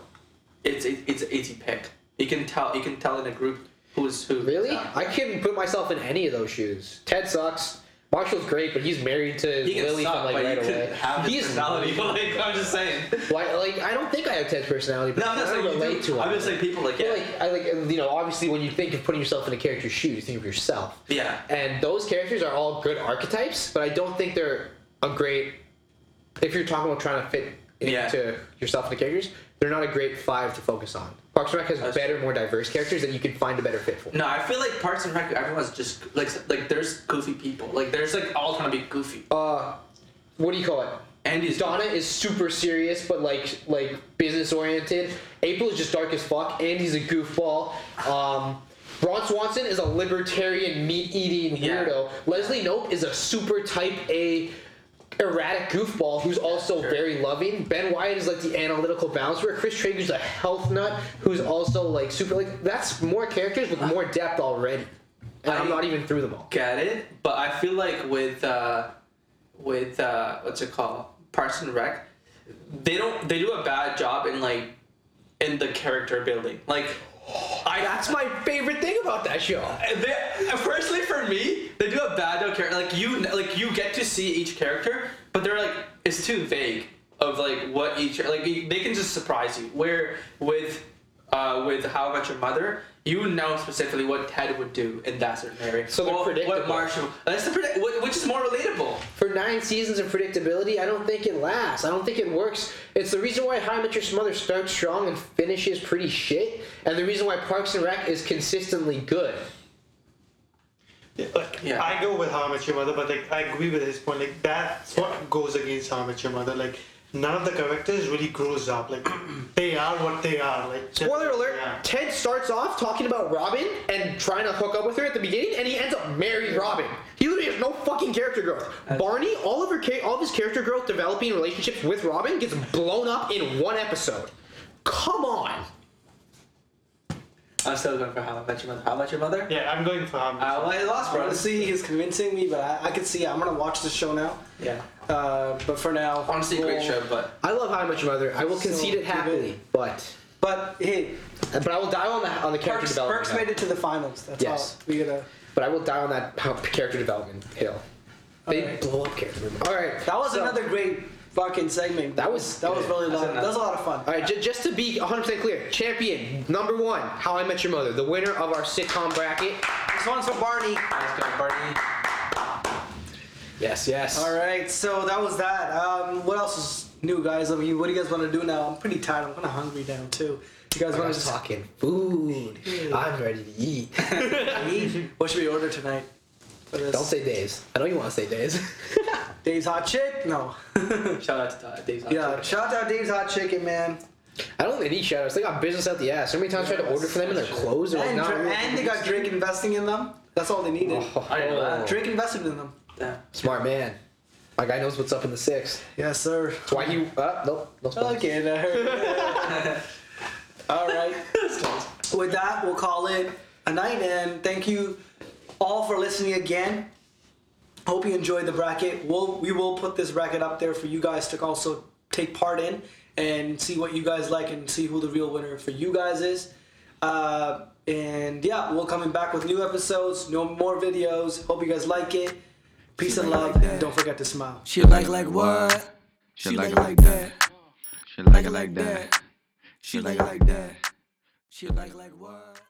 Speaker 5: it's it, it's an easy pick. You can tell you can tell in a group who's who.
Speaker 6: Really?
Speaker 5: Yeah.
Speaker 6: I couldn't put myself in any of those shoes. Ted sucks. Marshall's great, but he's married to
Speaker 5: He can
Speaker 6: Lily
Speaker 5: suck,
Speaker 6: from like
Speaker 5: but
Speaker 6: right
Speaker 5: you can
Speaker 6: away.
Speaker 5: have his
Speaker 6: He's
Speaker 5: personality. Like I'm just saying.
Speaker 6: Why, like I don't think I have Ted's personality, but
Speaker 5: No, I'm
Speaker 6: I
Speaker 5: not
Speaker 6: don't
Speaker 5: saying you
Speaker 6: relate
Speaker 5: do.
Speaker 6: to him.
Speaker 5: I'm just saying people like
Speaker 6: But,
Speaker 5: yeah.
Speaker 6: like I like you know obviously when you think of putting yourself in a character's shoes, you think of yourself.
Speaker 5: Yeah.
Speaker 6: And those characters are all good archetypes, but I don't think they're a great. If you're talking about trying to fit into
Speaker 5: Yeah.
Speaker 6: yourself in the characters, they're not a great five to focus on. Parks and Rec has
Speaker 5: That's-
Speaker 6: better, more diverse characters that you can find a better fit for.
Speaker 5: No, I feel like Parks and Rec. Everyone's just like like there's goofy people. Like there's like all trying to be goofy.
Speaker 6: Uh, what do you call it?
Speaker 5: Andy's
Speaker 6: Donna is super serious, but like like business oriented. April is just dark as fuck. Andy's a goofball. Um, Ron Swanson is a libertarian meat eating
Speaker 5: Yeah.
Speaker 6: weirdo. Leslie Nope is a super type A erratic goofball who's also
Speaker 5: sure.
Speaker 6: very loving. Ben Wyatt is like the analytical bouncer. Chris Traeger's a health nut who's also like super like that's more characters with more depth already. and I, am
Speaker 5: I-
Speaker 6: not even through them all.
Speaker 5: get it, but I feel like with uh, with uh, what's it called, Parks and Rec, they don't they do a bad job in like in the character building. Like I
Speaker 6: That's my favorite thing about that show.
Speaker 5: They, personally, for me, they do a bad job character. Like you, like you get to see each character, but they're like it's too vague of like what each like you- they can just surprise you. Where with uh, with how about your mother, you know specifically what Ted would do in that certain area.
Speaker 6: So they're
Speaker 5: Or
Speaker 6: predictable.
Speaker 5: What Marshall? That's the predict, wh- which is more relatable.
Speaker 6: For nine seasons of predictability, I don't think it lasts. I don't think it works. It's the reason why How I Met Your Mother starts strong and finishes pretty shit, and the reason why Parks and Rec is consistently good.
Speaker 4: Like,
Speaker 5: Yeah.
Speaker 4: I go with How I Met Your Mother, but like I agree with his point. Like that's what goes against How I Met Your Mother. Like none of the characters really grows up. Like they are what they are. Like
Speaker 6: Spoiler alert:
Speaker 4: Yeah.
Speaker 6: Ted starts off talking about Robin and trying to hook up with her at the beginning, and he ends up marrying Robin. He literally has no fucking character growth. Barney, all of her, cha- all of his character growth, developing relationships with Robin, gets blown up in one episode. Come on.
Speaker 5: I'm still going for how about your mother? How about your mother?
Speaker 4: Yeah, I'm going for How I Met Your
Speaker 5: Uh, well, I lost, bro.
Speaker 3: Honestly, he's convincing me, but I, I could see. I'm gonna watch the show now.
Speaker 5: Yeah.
Speaker 3: Uh, but for now,
Speaker 5: Honestly, great show, but
Speaker 6: I love How I Met Your Mother. I will
Speaker 3: So
Speaker 6: concede it happily,
Speaker 3: good.
Speaker 6: but
Speaker 3: But hey,
Speaker 6: but I will die on the on the character
Speaker 3: Perks,
Speaker 6: development.
Speaker 3: Perks
Speaker 6: hill.
Speaker 3: made it to the finals. That's
Speaker 6: Yes.
Speaker 3: all. We gotta.
Speaker 6: But I will die on that p- character development hill. They
Speaker 3: Alright.
Speaker 6: blow up character development. All right,
Speaker 3: That was
Speaker 6: so-
Speaker 3: another great fucking segment.
Speaker 6: That was
Speaker 3: that was
Speaker 6: good.
Speaker 3: really
Speaker 5: That's
Speaker 3: long. That was a lot of fun.
Speaker 6: All right, j- just to be 100% clear, champion number one, How I Met Your Mother, the winner of our sitcom bracket.
Speaker 3: This one's for Barney.
Speaker 5: let's go, Barney.
Speaker 6: Yes, yes.
Speaker 3: All right, so that was that. Um, what else is new, guys? I mean, what do you guys want to do now? I'm pretty tired. I'm kind of hungry now too. You guys
Speaker 6: I
Speaker 3: want
Speaker 6: was
Speaker 3: to talk?
Speaker 6: talking food. I'm ready to eat.
Speaker 3: What should we order tonight? For this?
Speaker 6: Don't say days. I know you want to say days.
Speaker 3: Dave's hot chick. No.
Speaker 5: Shout out to uh, Dave's
Speaker 3: yeah. Shout out Dave's hot chicken, man.
Speaker 6: I don't need shout outs. They got business out the ass. So many times I tried to order for them and their clothes are like,
Speaker 3: And,
Speaker 6: not Oh.
Speaker 3: Dra- and they got Drake investing in them. That's all they needed.
Speaker 5: I know that.
Speaker 3: Drake invested in them.
Speaker 5: Yeah.
Speaker 6: Smart man. My guy knows what's up in the six.
Speaker 3: Yes, sir.
Speaker 6: That's why he. Uh, nope. No spoilers.
Speaker 3: Okay, that hurt. All right. With that, we'll call it a night, and thank you all for listening again. Hope you enjoyed the bracket. We'll we will put this bracket up there for you guys to also take part in and see what you guys like and see who the real winner for you guys is. Uh, and yeah, we'll coming back with new episodes, no more videos. Hope you guys like it. Peace and love. and Don't forget to smile.
Speaker 2: She like like what? She like it like that. She like it like that. She like it like that. She like it like what?